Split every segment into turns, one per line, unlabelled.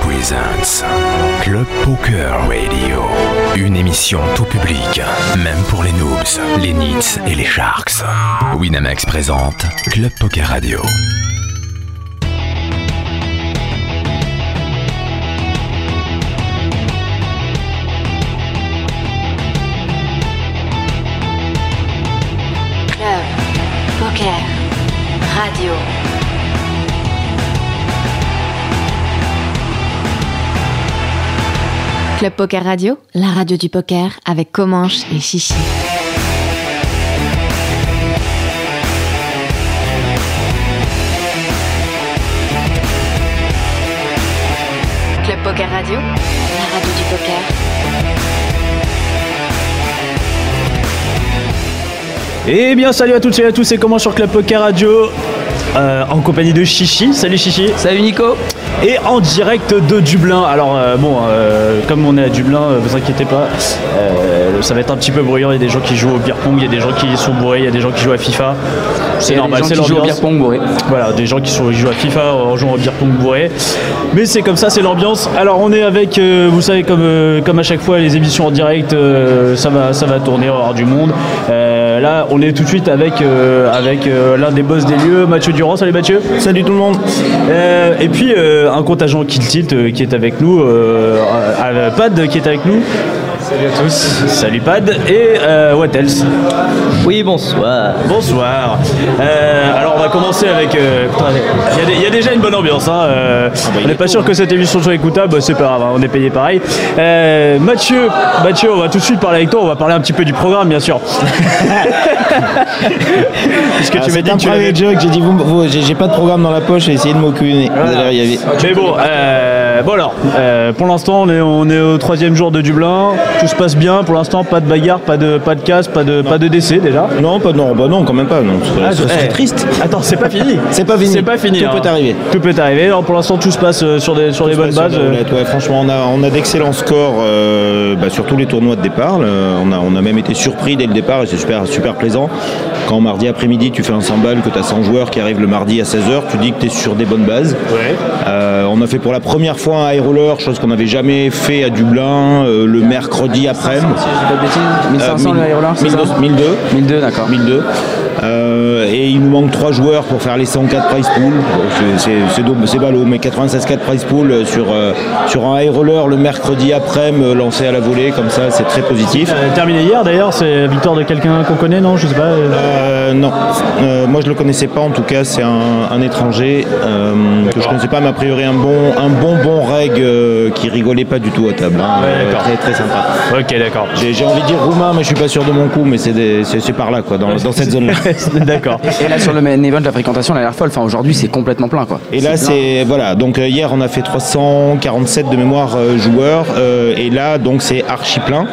Presents. Club Poker Radio. Une émission tout public, même pour les noobs, les nits et les sharks. Winamax présente Club Poker Radio.
Club Poker Radio. Club Poker Radio, la radio du poker avec Comanche et Chichi. Club Poker Radio, la radio du poker.
Eh bien salut à toutes et à tous, c'est comment sur Club Poker Radio euh, en compagnie de Chichi. Salut Chichi.
Salut Nico
Et en direct de Dublin. Alors euh, bon, euh, comme on est à Dublin, euh, vous inquiétez pas, euh, ça va être un petit peu bruyant. Il y a des gens qui jouent au beer pong, il y a des gens qui sont bourrés, il y a des gens qui jouent à FIFA. C'est normal, c'est l'ambiance. Voilà, des gens qui sont, qui jouent à FIFA euh, en jouant au beer pong bourré. Mais c'est comme ça, c'est l'ambiance. Alors on est avec, euh, vous savez, comme, euh, comme à chaque fois, les émissions en direct, euh, ça, va, ça va tourner hors du monde. Euh, là, on est tout de suite avec, euh, avec euh, l'un des boss des lieux, Mathieu Durand. Salut Mathieu. Salut tout le monde. et puis euh, un contingent Kill Tilt euh, qui est avec nous, euh, euh, Pad qui est avec nous. Salut à tous. Salut Pad et euh, what else
Oui, bonsoir.
Bonsoir. Euh, alors on va commencer avec. euh, putain, Il y a des- il y, a déjà une bonne ambiance. hein, euh,
Ah bah,
on n'est pas sûr que cette émission soit écoutable, c'est pas grave, hein, on est payé pareil. Euh, Mathieu, Mathieu, on va tout de suite parler avec toi. On va parler un petit peu du programme, bien sûr. Puisque
Ah,
tu m'as
C'est
dit
un
que tu l'avais
private joke, j'ai dit vous, vous- j'ai j'ai pas de programme dans la poche, j'ai essayé de m'occuper. Vous allez arriver.
Mais bon, euh, bon alors, euh, pour l'instant, on est, on est au troisième jour de Dublin. Tout se passe bien. Pour l'instant, pas de bagarre, pas de, pas de casse, pas de, pas de décès déjà.
Non, pas non, bah non, quand même pas. Non, ce serait-
Ah,
ce serait
eh,
triste.
Attends, c'est pas fini.
C'est pas fini.
C'est pas fini. hein.
Tout peut arriver.
Tout peut arriver. Alors, pour l'instant, tout se passe euh, sur des sur les
Sur
bonnes
la
bases. euh.
roulette, ouais, franchement, on a, on a d'excellents scores euh, bah, sur tous les tournois de départ. euh, on, a, on a même été surpris dès le départ et c'est super, super plaisant. Quand mardi après-midi, tu fais un 100 balles, que tu as 100 joueurs qui arrivent le mardi à 16h, tu dis que tu es sur des bonnes bases. Euh, on a fait pour la première fois un high roller, chose qu'on n'avait jamais fait à Dublin, euh, le mercredi après-midi.
Pas de bêtises 1500
Euh,
le
1000,
Hyrule, c'est ça
1200, 1002.
1002, d'accord.
1002. Euh, et il nous manque 3 joueurs pour faire les 104 prize pool. Bon, c'est- c'est- C'est dou- c'est ballot, mais 96-4 prize pool euh, sur, euh, sur un high roller le mercredi après, me lancer à la volée, comme ça, c'est très positif.
Euh, terminé hier d'ailleurs, c'est la victoire de quelqu'un qu'on connaît, non Je sais pas. euh.
Euh, non, Euh, moi je le connaissais pas en tout cas, c'est un, un étranger euh, que je connaissais pas, mais a priori un bon un bon bon reg euh, qui rigolait pas du tout à table. hein.
Ouais,
Euh,
d'accord.
très très sympa.
Euh, Ok, d'accord.
J'ai j'ai envie de dire roumain, mais je suis pas sûr de mon coup, mais c'est des- c'est c'est par là quoi, dans, dans cette zone là.
d'accord.
Et là, sur le main event, la fréquentation, elle a l'air folle. Enfin, aujourd'hui, c'est complètement plein, quoi.
Et là,
plein.
c'est voilà. Donc euh, hier, on a fait 347 de mémoire euh, joueurs, euh, et là, donc c'est archi plein.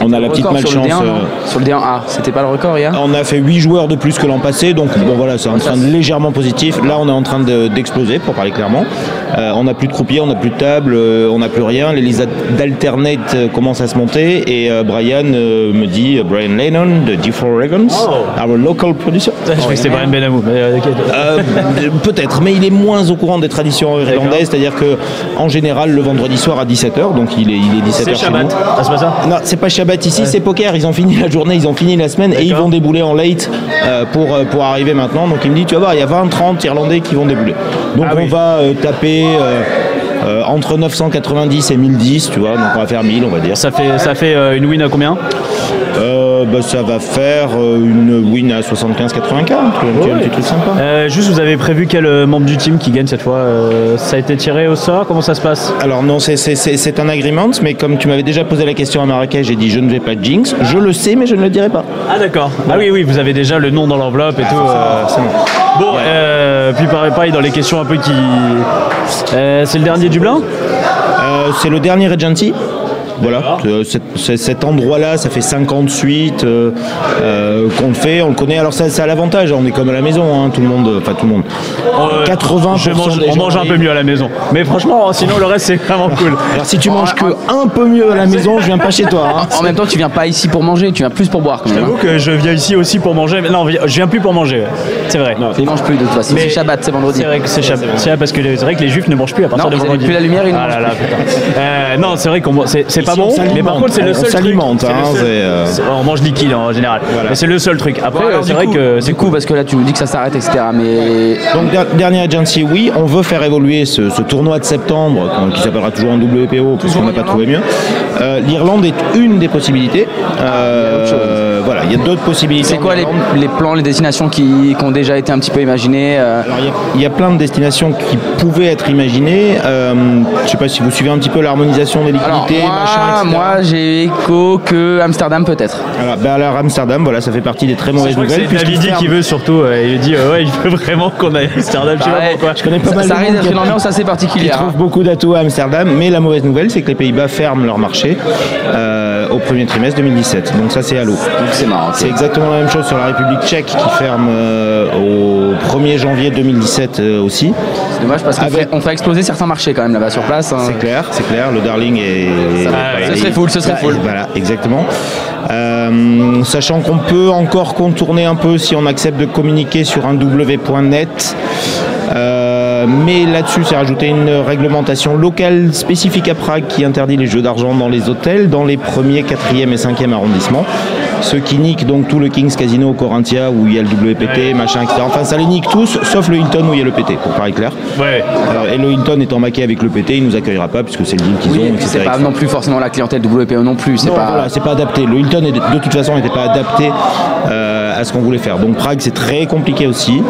On a la
Le
petite
record Sur le
malchance.
D1,
euh,
non Sur le D1, ah, c'était pas le record hier
on a fait 8 joueurs de plus que l'an passé, donc bon voilà, c'est en train de légèrement positif. Là, on est en train de- d'exploser, pour parler clairement. Euh, on n'a plus de croupiers, on n'a plus de table, euh, on n'a plus rien. Les listes d'alternate euh, commencent à se monter, et euh, Brian euh, me dit, euh, Brian Lennon de D4 Regans,
Oh.
our local producer.
Je crois que c'était Brian Benamou. mais, euh, ok.
Euh, Peut-être, mais il est moins au courant des traditions irlandaises, c'est-à-dire que en général le vendredi soir à 17h, donc il est, il est 17h.
C'est
chez
Shabbat.
nous.
Ah, c'est pas ça
Non, c'est pas Shabbat ici, c'est poker. Ils ont fini la journée, ils ont fini la semaine et ils
D'accord.
vont débouler en late euh, pour, euh, pour arriver maintenant. Donc il me dit, tu vas voir, il y a 20-30 Irlandais qui vont débouler. Donc
Ah
on
oui.
va euh, taper euh, euh, entre 990 et 1010, tu vois, donc on va faire 1000, on va dire.
Ça fait, ça fait euh, une win à combien
Euh, bah, ça va faire euh, une win à 75-84, un petit truc sympa.
Euh, Juste, vous avez prévu quel euh, membre du team qui gagne cette fois euh, Ça a été tiré au sort Comment ça se passe
Alors non, c'est- c'est c'est- c'est un agreement, mais comme tu m'avais déjà posé la question à Marrakech, j'ai dit je ne vais pas jinx. Je le sais, mais je ne le dirai pas.
Ah, d'accord. Ah oui, oui, vous avez déjà le nom dans l'enveloppe et tout. euh, Bon, euh, puis pareil, pareil, dans les questions un peu qui. Euh, c'est le dernier Dublin
Euh, c'est le dernier Regency. Voilà, Euh, c'est- c'est- cet endroit-là, ça fait 5 ans de suite euh, euh, qu'on le fait, on le connaît. Alors ça, ça a l'avantage, on est comme à la maison, hein, tout le monde, enfin tout le monde.
Euh,
80%
je mange-
des
On
gens
mange un peu
arrivent.
mieux à la maison. Mais franchement, sinon le reste c'est vraiment cool.
Alors si tu manges que un peu mieux à la maison, je viens pas chez toi. hein.
En même temps, tu viens pas ici pour manger, tu viens plus pour boire quand même.
J'avoue
hein.
que je viens ici aussi pour manger. mais Non, je viens plus pour manger. C'est vrai.
Tu manges plus de toute façon. C'est Shabbat, c'est vendredi.
C'est vrai que c'est Shabbat. C'est vrai parce que les- c'est vrai que les juifs ne mangent plus à partir
Non,
de
ils
vendredi.
allument plus la lumière, ils ne
Ah là
mangent
là, putain. Euh, non, c'est vrai qu'on mange- c'est c'est pas
Ici, on
bon. Mais par
s'alimente.
contre, c'est le
On
seul truc.
s'alimente,
C'est le
hein,
seul-
c'est, euh,
c'est- On mange liquide hein, en général. Mais c'est le seul truc. Après,
Bon, alors,
c'est
du
vrai
coup-
que
du coup, parce que là, tu nous dis que ça s'arrête, etc. Mais
Donc der- dernière agency, oui, on veut faire évoluer ce, ce tournoi de septembre qu'on- qui s'appellera toujours en WPO parce qu'on n'a pas trouvé mieux. Euh, L'Irlande est une des possibilités. Euh, voilà, il y a d'autres possibilités.
c'est
en
quoi les,
Irlande.
les plans, les destinations qui, qui ont déjà été un petit peu imaginées euh,
Alors, il y a- il y, a plein de destinations qui pouvaient être imaginées. Euh, je sais pas si vous suivez un petit peu l'harmonisation des
Alors,
liquidités,
moi,
machin, etc.
moi, Ah, j'ai écho que Amsterdam peut-être.
Alors, bah, alors, Amsterdam, voilà, ça fait partie des très
Je
mauvaises
crois que
nouvelles.
c'est
puisqu'ils
Davidi qui
ferment.
veut surtout. euh, Il dit euh, ouais, il veut vraiment qu'on aille à Amsterdam. Je sais pas
Pareil.
pourquoi.
Je connais pas
Ah Ça-
mal
ça
de
risque
monde
d'être
qui-
une ambiance assez
Ils
particulière. hein.
trouvent beaucoup d'atouts à Amsterdam, mais la mauvaise nouvelle, c'est que les Pays-Bas ferment leur marché euh, au premier trimestre 2017. Donc ça, c'est à l'eau.
c'est marrant, ok.
C'est exactement la même chose sur la République tchèque qui ferme euh, au 1er janvier 2017 euh, aussi.
C'est dommage parce qu'on
Avec-
fait, on fait exploser certains marchés quand même là-bas sur place. hein.
C'est clair, c'est clair. Le Darling est.
Ça va,
voilà,
ce
il-
serait full, ce serait
ça-
full.
Voilà, exactement. Euh, sachant qu'on peut encore contourner un peu si on accepte de communiquer sur un w.net. Euh, mais là-dessus, c'est rajouté une réglementation locale spécifique à Prague qui interdit les jeux d'argent dans les hôtels, dans les premiers, quatrième et cinquième arrondissements. Ce qui nique donc tout le King's Casino, Corinthia, où il y a le WPT, machin, etc. Enfin, ça les nique tous, sauf le Hilton où il y a le PT, pour parler clair.
Ouais.
Alors, et le Hilton étant maqué avec le PT, il nous accueillera pas puisque c'est le deal qu'ils
Oui,
ont,
et puis
etc.,
c'est pas
etc.
non plus forcément la clientèle WPO non plus. C'est
Non,
pas.
voilà, c'est pas adapté. Le Hilton, est- de toute façon, n'était pas adapté euh, à ce qu'on voulait faire. Donc Prague, c'est très compliqué aussi.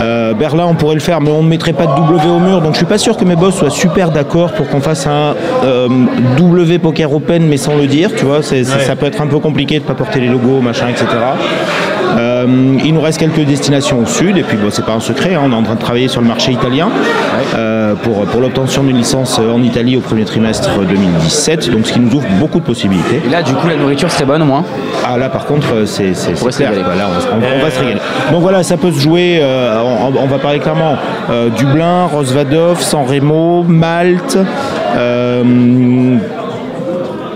Euh, Berlin, on pourrait le faire, mais on ne mettrait pas de W au mur. Donc je suis pas sûr que mes boss soient super d'accord pour qu'on fasse un euh, W Poker Open, mais sans le dire. Tu vois, c'est- c'est-
Ouais.
ça peut être un peu compliqué de pas porter les logos, machin, etc. Euh, il nous reste quelques destinations au sud, et puis bon, c'est pas un secret, hein, on est en train de travailler sur le marché italien euh, pour, pour l'obtention d'une licence en Italie au premier trimestre 2017, donc ce qui nous ouvre beaucoup de possibilités.
Et là, du coup, la nourriture serait bonne au moins.
Ah là par contre euh, c'est c'est-
pourrait
c'est
se
clair
régaler.
quoi. Là, on, on- on va se régaler. Donc voilà ça peut se jouer, euh, on, on va parler clairement, euh, Dublin, Rosvadov, San Remo, Malte, euh,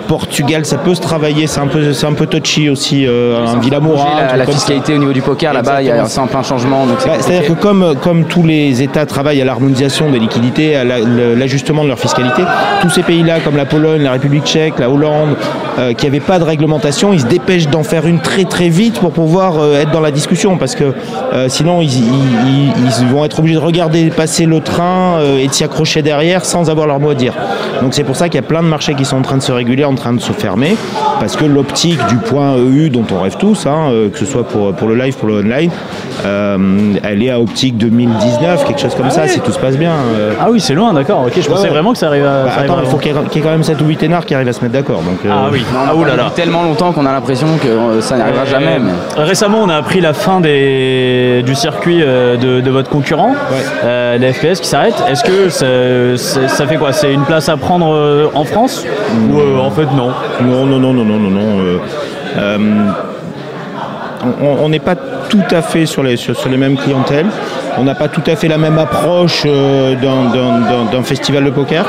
Portugal ça peut se travailler, c'est un peu c'est un peu touchy aussi, euh, un Villamoura, un
la,
truc
la
comme ça.
fiscalité au niveau du poker là-bas, il y a
Exactement.
c'est en plein changement. donc c'est
Bah,
compliqué.
C'est-à-dire que comme, comme tous les États travaillent à l'harmonisation des liquidités, à la- le- l'ajustement de leur fiscalité, tous ces pays-là, comme la Pologne, la République tchèque, la Hollande, euh, qui n'avaient pas de réglementation, ils se dépêchent d'en faire une très très vite pour pouvoir euh, être dans la discussion, parce que euh, sinon ils, ils- ils- ils vont être obligés de regarder passer le train euh, et de s'y accrocher derrière sans avoir leur mot à dire. Donc c'est pour ça qu'il y a plein de marchés qui sont en train de se réguler, en train de se fermer, parce que l'optique du point EU dont on rêve tous, hein, euh, que ce soit pour, pour le live, pour le online, euh, elle est à optique 2019, quelque chose comme ça, si tout se passe bien. euh.
Ah oui, c'est loin, d'accord. Ok, je pensais
ouais.
vraiment que ça arrive à.
Bah,
ça arrive
attends,
à-
il faut qu'il y, ait- qu'il y ait quand même 7 ou 8 énards qui arrivent à se mettre d'accord. donc, euh,
Ah oui.
On en
Ah
parle
oulala.
depuis tellement longtemps qu'on a l'impression que euh, ça n'arrivera jamais. mais-
Euh, Récemment, on a appris la fin des, du circuit euh, de, de votre concurrent, euh, la FPS qui s'arrête. Est-ce que ça, ça- ça fait quoi C'est une place à prendre euh, en France Ou euh, en fait, non
Non, non, non, non, non, non, non. euh, euh, on on n'est pas tout à fait sur les, sur, sur les mêmes clientèles. On n'a pas tout à fait la même approche euh, d'un- d'un d'un- d'un festival de poker.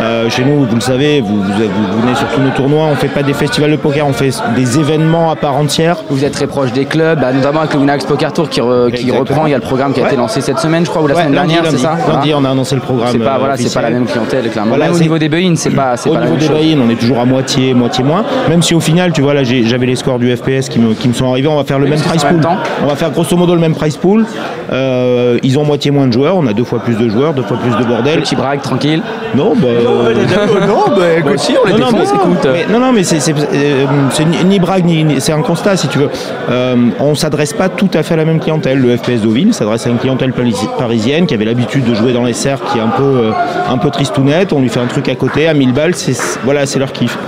Euh, chez nous, vous le savez, vous, vous, vous venez sur tous nos tournois, on ne fait pas des festivals de poker, on fait des événements à part entière.
Vous êtes très proche des clubs, bah, notamment avec le Winamax Poker Tour qui, re- qui
Exactement.
reprend. Il y a le programme qui a
Ouais.
été lancé cette semaine, je crois, ou la
Ouais,
semaine
lundi,
dernière, c'est
lundi.
ça
Lundi,
Voilà.
on a annoncé le programme.
C'est pas,
euh,
voilà, c'est pas
officiel.
la même clientèle, clairement.
Voilà,
Même au
c'est-
niveau des buy c'est pas, c'est
Au
pas la
niveau
même
des
chose.
buy-in, on est toujours à moitié, moitié moins. Même si au final, tu vois, là, j'ai- j'avais les scores du FPS qui me, qui me sont arrivés. On va faire le
Oui,
même
parce que
price
c'est en
pool.
même temps.
On va faire grosso modo le même price pool. Euh, ils ont moitié moins de joueurs. On a deux fois plus de joueurs, deux fois plus de bordel.
Petit brague, tranquille.
Non, bah.
non, bah écoute, si, on les
non,
défonce,
mais-
écoute.
mais- non, non, mais c'est c'est- euh, c'est ni- ni brague, ni, ni- c'est un constat si tu veux. Euh, on s'adresse pas tout à fait à la même clientèle. Le FPS Deauville s'adresse à une clientèle parisi- parisienne qui avait l'habitude de jouer dans les serres, qui est un peu, euh, un peu tristounette. On lui fait un truc à côté, à 1000 balles, c'est voilà, c'est leur kiff.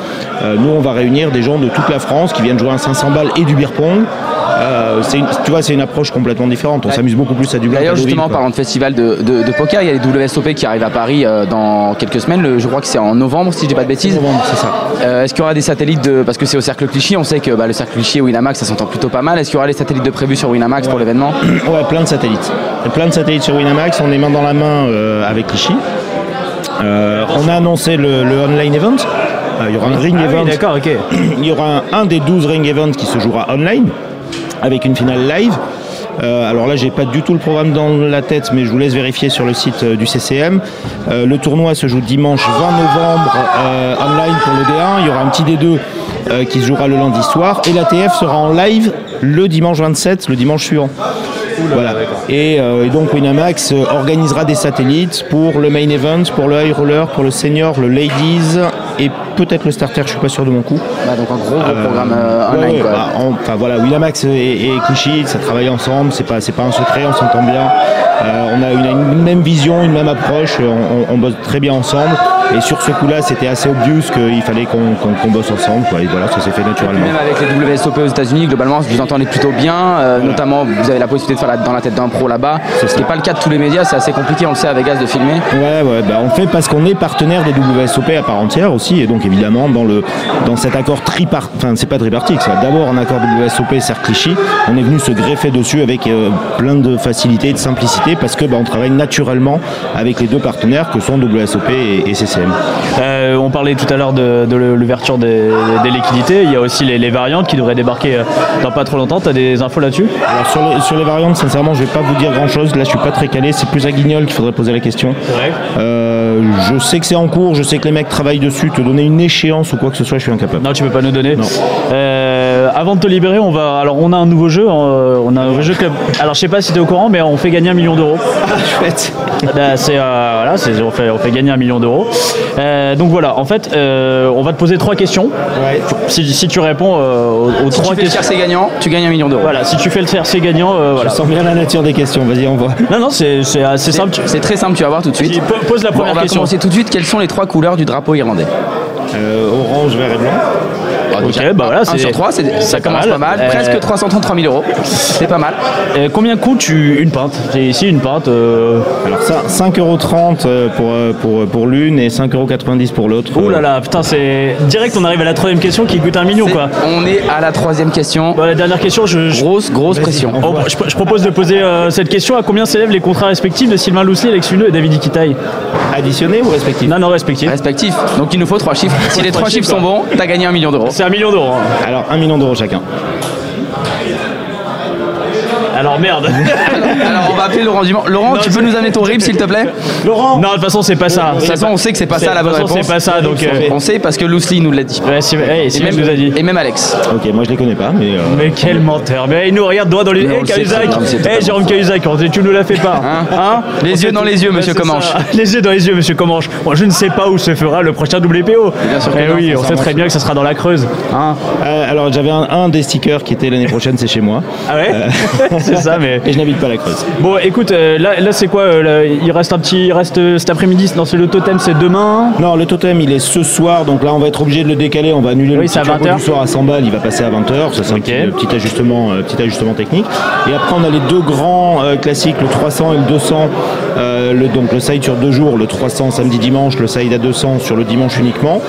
Euh, nous, on va réunir des gens de toute la France qui viennent jouer à 500 balles et du beer pong. Euh, c'est une- tu vois, c'est une approche complètement différente. On
Ouais.
s'amuse beaucoup plus à Dublin.
D'ailleurs,
qu'à Deauville,
justement, en
quoi.
parlant de festival de, de- de poker, il y a les WSOP qui arrivent à Paris euh, dans quelques semaines. Le- je crois que c'est en novembre, si je dis pas de bêtises.
Novembre, c'est ça.
Euh, Est-ce qu'il y aura des satellites de. Parce que c'est au cercle Clichy, on sait que bah, le cercle Clichy et Winamax, ça s'entend plutôt pas mal. Est-ce qu'il y aura des satellites de prévus sur Winamax pour l'événement
Ouais, plein de satellites. Plein de satellites sur Winamax. On est main dans la main euh, avec Clichy. Euh, on a annoncé le, le online event. Euh, il y aura un ring
Ah oui,
event.
d'accord, ok.
il y aura un, un des 12 ring events qui se jouera online avec une finale live. Euh, alors là, j'ai pas du tout le programme dans la tête, mais je vous laisse vérifier sur le site euh, du CCM. Euh, le tournoi se joue dimanche 20 novembre euh, online pour le D1. Il y aura un petit D2 euh, qui se jouera le lundi soir et l'ATF sera en live le dimanche 27, le dimanche suivant. Voilà. Et, euh, et donc Winamax euh, organisera des satellites pour le main event, pour le high roller, pour le senior, le ladies et peut-être le starter. Je suis pas sûr de mon coup.
Bah, Donc, en gros, gros
Euh,
programme euh,
ouais,
online.
ouais,
quoi.
bah, en- enfin voilà, Winamax et, et Clichy, ça travaille ensemble, c'est pas, c'est pas un secret, on s'entend bien. Euh, on a une, une même vision, une même approche, on, on- on bosse très bien ensemble. Et sur ce coup-là, c'était assez obvious qu'il fallait qu'on qu'on- qu'on bosse ensemble. quoi. Et voilà, ça s'est fait naturellement.
Même avec les WSOP aux États-Unis, globalement, vous entendez plutôt bien. euh, Notamment, vous avez la possibilité de faire la- dans la tête d'un pro là-bas.
C'est
Ce
ça.
qui n'est pas le cas de tous les médias, c'est assez compliqué, on le sait, à Vegas de filmer.
Ouais, ouais, bah on fait parce qu'on est partenaire des WSOP à part entière aussi, et donc évidemment dans le dans cet accord tripart, enfin c'est pas tripartite, c'est d'abord un accord WSOP Cercle Clichy, on est venu se greffer dessus avec euh, plein de facilité et de simplicité parce que bah, on travaille naturellement avec les deux partenaires que sont WSOP et, et CCM.
Euh, on parlait tout à l'heure de, de le- l'ouverture des, des liquidités. Il y a aussi les, les variantes qui devraient débarquer euh, dans pas trop longtemps. T'as des infos là-dessus
Alors sur les, sur les variantes, sincèrement, je vais pas vous dire grand chose. Là, je suis pas très calé. C'est plus à Guignol qu'il faudrait poser la question.
vrai.
Euh, je sais que c'est en cours. Je sais que les mecs travaillent dessus. Te donner une échéance ou quoi que ce soit, je suis incapable.
Non, tu peux pas nous donner.
Non.
Euh, avant de te libérer, on va. Alors, on a un nouveau jeu. euh, on a un nouveau jeu club. Alors, je sais pas si t'es au courant, mais on fait gagner un million d'euros.
Ah,
Bah, c'est, euh, voilà, c'est- on, fait, on fait gagner un million d'euros. Euh, donc voilà, en fait, euh, on va te poser trois questions.
Ouais.
Si, si tu réponds euh, aux, aux
Si
trois
tu fais le
questions.
CRC gagnant, tu gagnes un million d'euros.
Voilà, si tu fais le CRC gagnant, euh, voilà.
Je sens bien la nature des questions. Vas-y, on voit.
Non, non, c'est c'est assez simple. Tu-
C'est très simple, tu vas voir tout de
tu-
suite.
po- Pose la
Bon,
première
on va
question.
commencer tout de suite. Quelles sont les trois couleurs du drapeau irlandais
Euh, orange, vert et blanc.
Ok, bah voilà,
1
c'est-
sur 3,
c'est
ça
pas
commence
mal.
pas mal.
Euh,
Presque 333 000 euros. C'est pas mal.
Euh, combien coûte tu- une pinte C'est ici une pinte. euh,
Alors ça, 5,30€ euh, pour, euh, pour, pour l'une et 5,90€ pour l'autre.
Oh là là, putain, c'est direct. On arrive à la troisième question qui coûte un million,
C'est-
quoi.
On est à la troisième question.
Bon, la dernière question, je, je-
Grosse, grosse pression.
oh, je- je propose de poser euh, cette question. À combien s'élèvent les contrats respectifs de Sylvain Lousli, Alex Huneux et David Iquitaille
Additionné ou respectif
Non, non, respectifs.
Respectif. Donc il nous faut trois chiffres. Si les trois
Trois
chiffres
chiffres,
sont bons, t'as gagné un million d'euros.
C'est un million d'euros. hein.
Alors 1 million d'euros chacun.
Alors merde.
Alors on va appeler Laurent Dumont. Laurent,
Non,
tu peux
c'est-
nous amener ton rib s'il te plaît
Laurent
non, de toute façon, c'est pas ça.
De toute façon, on sait que c'est pas ça la bonne
De toute façon,
réponse.
c'est pas ça, donc. euh,
On sait parce que Loosely nous l'a dit.
ouais, Eh, si- hey, Sylvain nous a dit.
et même Alex.
Ok, moi je les connais pas, mais... euh,
Mais quel menteur Mais il nous regarde droit dans les
Mais
yeux.
on
Hey,
le sait
Cahuzac
très bien, c'est
Hey,
totalement
Jérôme Cahuzac, on- tu nous la fais pas
Hein Les yeux dans les yeux, monsieur
Ouais, c'est
Comanche.
ça. Les yeux dans les yeux, monsieur Comanche. Moi, je ne sais pas où se fera le prochain WPO.
bien sûr que
Eh
non,
oui,
ça,
on
ça
sait
marche
très bien que ça sera dans la Creuse.
Hein
euh, alors j'avais un, un des stickers qui était l'année prochaine, c'est chez moi.
Ah ouais C'est ça, mais.
Et je n'habite pas la Creuse.
Bon, écoute, euh, là, là c'est quoi euh, là, Il reste un petit. Il reste euh, cet après-midi. Non, c'est le totem, c'est demain.
Non, le totem il est ce soir, donc là on va être obligé de le décaler, on va annuler
Oui,
le
c'est à
petit turbo
20h.
du soir à 100 balles, il va passer à 20h, ça c'est un
Ok.
petit, euh, petit ajustement, euh, petit ajustement technique. Et après on a les deux grands euh, classiques, le 300 et le 200, euh, le, donc le side sur deux jours, le 300 samedi dimanche, le side à 200 sur le dimanche uniquement.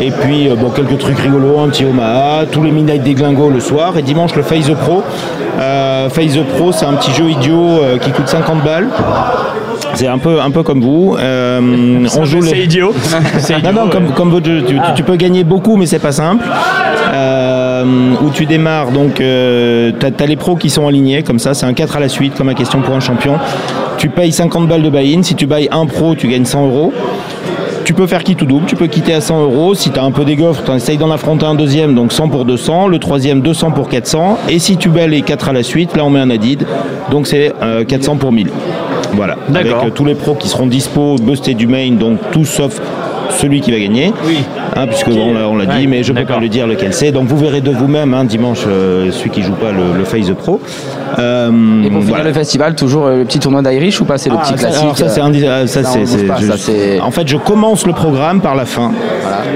Et puis euh, bon, quelques trucs rigolos, un petit Omaha, tous les midnight des glingos le soir, et dimanche le Phase Pro. Euh, Phase Pro c'est un petit jeu idiot euh, qui coûte 50 balles. C'est un peu, un peu comme vous. Euh, on joue
C'est
les...
idiot. C'est idiot.
Non, non,
ouais.
comme, comme votre jeu, tu, tu-
Ah.
tu peux gagner beaucoup, mais c'est pas simple. Euh, où tu démarres, donc euh, t'as as les pros qui sont alignés, comme ça, c'est un 4 à la suite, comme un question pour un champion. Tu payes 50 balles de buy-in, si tu buy un pro, tu gagnes 100 euros. Tu peux faire qui tout double, tu peux quitter à 100 euros. Si t'as un peu des gaufres, t'en essayes d'en affronter un deuxième, donc 100 pour 200, le troisième 200 pour 400. Et si tu bats les 4 à la suite, là on met un adid, donc c'est euh, 400 pour 1000. Voilà.
D'accord.
Avec, euh, tous les pros qui seront dispo, bustés du main, donc tout sauf celui qui va gagner.
Oui.
Euh, hein, puisque on l'a- on l'a
Ouais,
dit, mais je peux
d'accord.
pas le dire lequel c'est. Donc vous verrez de vous-même hein, dimanche euh, celui qui joue pas le, le Face the Pro. Euh,
Et pour finir
voilà.
le festival, toujours euh, le petit tournoi d'Irish ou pas C'est le
Ah,
petit
ça,
classique
alors ça,
euh,
c'est indi- ah, ça,
ça, on
c'est-
bouge
c'est-
pas,
je-
ça, c'est-
En fait, je commence le programme par la fin.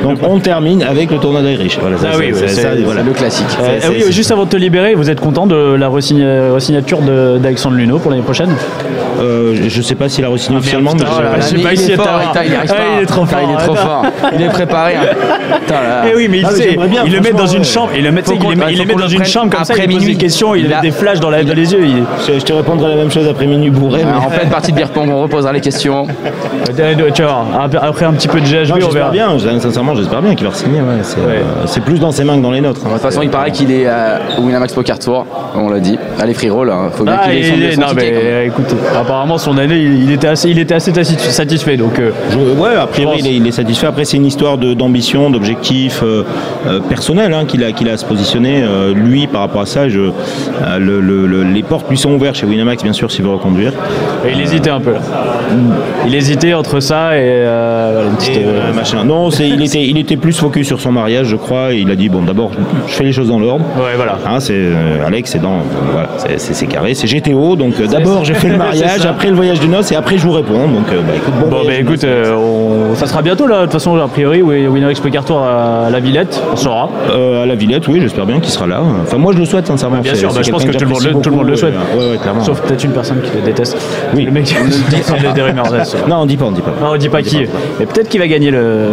Donc on termine avec le tournoi d'Irish. Voilà, ça,
Ah oui,
c'est-
ouais,
c'est-
c'est-
ça, voilà.
le classique.
Euh,
C'est-
ah oui,
c'est-
juste avant de te libérer, vous êtes content de la resigna- resignature de- d'Alexandre Luneau pour l'année prochaine
Euh, je- je sais pas s'il a
Ah,
re-signé officiellement, mais
putain,
je-
oh là là.
je-
sais
il,
pas,
il
ici,
est
attends.
fort, putain, il y arrive
Ah,
pas.
il est trop
Putain,
fort,
Il est trop
attends.
fort. Il est préparé. hein. Putain, là, là.
Eh oui, mais il
Ah, mais
sait,
j'aimerais bien,
il le met dans
franchement, euh,
une
ouais.
chambre, il le met, tu sais,
Faut
il
qu'on-
les met, il les
faut
met
qu'on
dans
le
une
prenne
chambre comme ça, il
après
pose
minuit.
des questions, il,
Il
a
a-
des flashs dans, la- dans les yeux. il- Ah,
je- je te répondrai la même chose après minuit bourré. mais-
Alors, en pleine partie de beer pong, on reposera les questions.
Euh, Tu vois, après- après un petit peu de
Non,
GHB, on
j'espère
verra.
bien, je- sincèrement, j'espère bien qu'il va re-signer. ouais, c'est, euh, c'est plus dans ses mains que dans les nôtres. hein.
De toute façon, il paraît qu'il est euh, au Winamax Poker Tour, on l'a dit. Allez, free roll, hein. faut bien
Ah,
qu'il ait son-
il-
son
non,
ticket, quand même.
mais écoute, apparemment son année, il, il était assez, il était assez tassi- satisfait. Donc, euh,
Je- ouais, a priori,
Je pense.
il est, il est satisfait. Après, c'est une histoire de- d'ambition, d'objectif euh, euh, personnel hein, qu'il a, qu'il a à se positionner. euh, lui, par rapport à ça, je, euh, le- le- le- les portes lui sont ouvertes chez Winamax, bien sûr, s'il veut reconduire.
il hésitait un peu. là. Il hésitait entre ça et euh, voilà, une petite,
Et,
euh,
euh, machin. Non, c'est- il, était, il était plus focus sur son mariage, je crois. et il a dit bon, d'abord, je fais les choses dans l'ordre.
Ouais, voilà.
Hein, c'est euh, Alex, c'est dans, voilà, c'est- c'est c'est carré, c'est GTO. Donc euh, d'abord, je fais le mariage, après le voyage de noces, et après je vous réponds. Donc, euh, bah, écoute, bon,
Bon, bah
voyage de
écoute, euh, on- ça sera bientôt là. De toute façon, a priori, oui, Winamax Poker Tour à la Villette, on saura.
Euh, à la Villette, oui, j'espère bien qu'il sera là. Enfin, moi, je le souhaite sincèrement.
Bien
C'est-
sûr,
c'est
bah, je pense que
quelqu'un
tout le, monde, le-
j'apprécie
tout le monde le
beaucoup, euh,
souhaite.
ouais, ouais, clairement.
Sauf peut-être une personne qui le déteste.
Oui.
Le mec qui le des rumeurs. ça, ça.
Non, on dit pas, on dit pas.
Non, on dit pas qui. Mais peut-être qu'il va gagner le.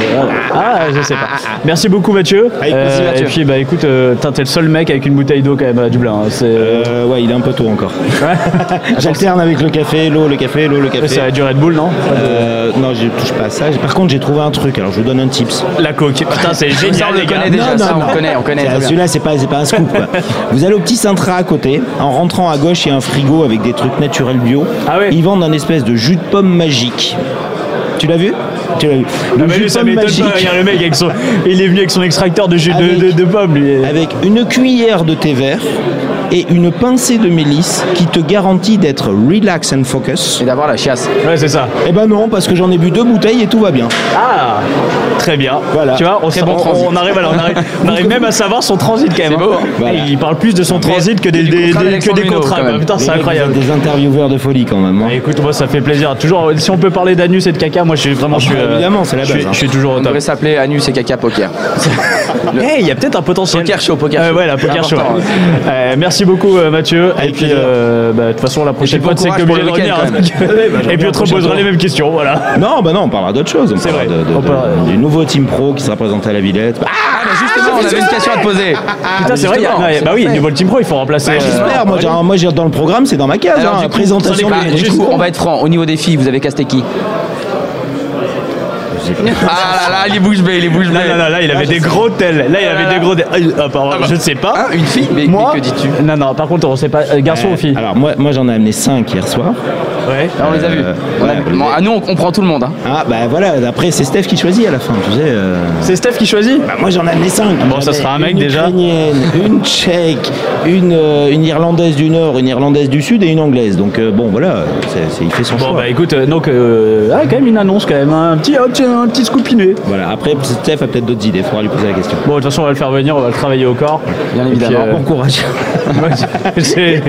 Ah, je sais pas. Merci beaucoup, Mathieu.
Avec plaisir,
Et
Mathieu.
puis, bah écoute, euh, putain, t'es le seul mec avec une bouteille d'eau quand même à Dublin. hein. C'est.
Euh, ouais, il est un peu tôt encore. J'alterne avec le café, l'eau, le café, l'eau, le café.
Ça va être du Red Bull, non
Euh, non, je touche pas à ça. Par contre, j'ai trouvé un truc. Alors, je vous donne un tips.
La coke. Putain, c'est génial,
Ça, on
les
le
gars.
connaît déjà, ça, on connaît, on connaît.
C'est-
très bien.
Celui-là, c'est pas, c'est pas un scoop. quoi. Vous allez au petit Sintra à côté. En rentrant à gauche, il y a un frigo avec des trucs naturels bio.
Ah ouais.
Ils vendent un espèce de jus de pomme magique. Tu l'as vu Tu l'as vu. Le
Ah, mais
jus
lui,
de
ça
pomme
m'étonne
magique.
pas. Regarde, le mec, avec son... il est venu avec son extracteur de jus de,
Avec-
de, de pomme, lui.
avec une cuillère de thé vert et une pincée de mélisse qui te garantit d'être relax and focus.
Et d'avoir la chiasse.
Ouais, c'est ça.
Eh ben non, parce que j'en ai bu deux bouteilles et tout va bien.
Ah Très bien.
Voilà.
Tu vois, on,
Très
s'en-
bon
on-
transit.
on arrive, à- on arrive, on arrive même à savoir son transit quand même.
C'est beau, hein.
Voilà.
Il parle plus de son transit que des,
du
des-
contrat
des- que
d'Alexandre
des
Luneau,
contrats.
quand même.
Putain,
Les
c'est
mecs,
incroyable.
vous êtes Des intervieweurs de folie quand même. hein.
Bah, écoute, moi ça fait plaisir. Toujours, si on peut parler d'anus et de caca, moi je suis vraiment.
Ah,
je suis,
bah, évidemment, c'est la
je
base,
suis-
hein.
Je suis toujours au
On
top.
devrait s'appeler Anus et Caca Poker.
Eh, il y a peut-être un potentiel.
Poker show, poker
Euh,
show.
ouais, la poker
C'est
show.
important,
Euh, merci beaucoup, euh, Mathieu.
Avec
et puis,
plaisir.
euh, bah, de toute façon, la prochaine
puis, bon
fois, tu sais que
courage
t'es
pour
obligé de
le
revenir.
week-end,
hein.
bah,
Et puis, on te
prochain
reposeras
tour.
les mêmes questions. Voilà.
Non, bah non, on parlera d'autre chose. On
C'est
parlera
vrai.
de- de-
On
de-
parlera-
du nouveau team pro qui sera présenté à la Villette. Ah,
Ah, mais justement, on avait une question à te poser.
ah, Putain, c'est vrai. il y a-
justement,
ouais,
c'est
bah oui,
parfait.
niveau le Team Pro, il faut remplacer. euh,
Bah, J'espère. Moi, j'ai- moi, j'ai- dans le programme, c'est dans ma case.
Alors,
hein,
du coup,
présentation.
bah,
du-
du
du
coup,
pro.
on va être franc. Au niveau des filles, vous avez casté qui Ah là là, il est bouche bée, il est bouche bée.
Là, là, là, là, il
Ah,
avait des gros tels. Là, il avait des gros tels. Ah, apparemment, Je ne sais pas.
Ah, une fille Mais-
Moi,
mais que dis-tu
Non, non, par contre, on ne sait pas. euh, garçon ou fille
Alors, moi, moi j'en ai amené 5 hier soir.
Ouais.
Ah, on les a vus.
Euh,
On a
ouais,
vu-
on les
bon,
a-
ah, nous, on, on prend tout le monde. hein.
Ah, bah voilà. Après, c'est Steph qui choisit à la fin. Tu sais. euh.
C'est Steph qui choisit
Bah, moi j'en ai amené 5.
Bon, ça sera un mec,
une
déjà.
Ukrainienne, une tchèque, une, euh, une irlandaise du nord, une irlandaise du sud et une anglaise. Donc euh, bon voilà, c'est- c'est- il fait son
Bon,
choix.
bah écoute, euh, donc, euh, ah, quand même une annonce, quand même. Un petit, un petit, un petit scoopiné.
Voilà, après Steph a peut-être d'autres idées, il faudra lui poser la question.
Bon, de toute façon, on va le faire venir, on va le travailler au corps.
Bien
Et puis,
évidemment.
euh,
Bon courage.
c'est-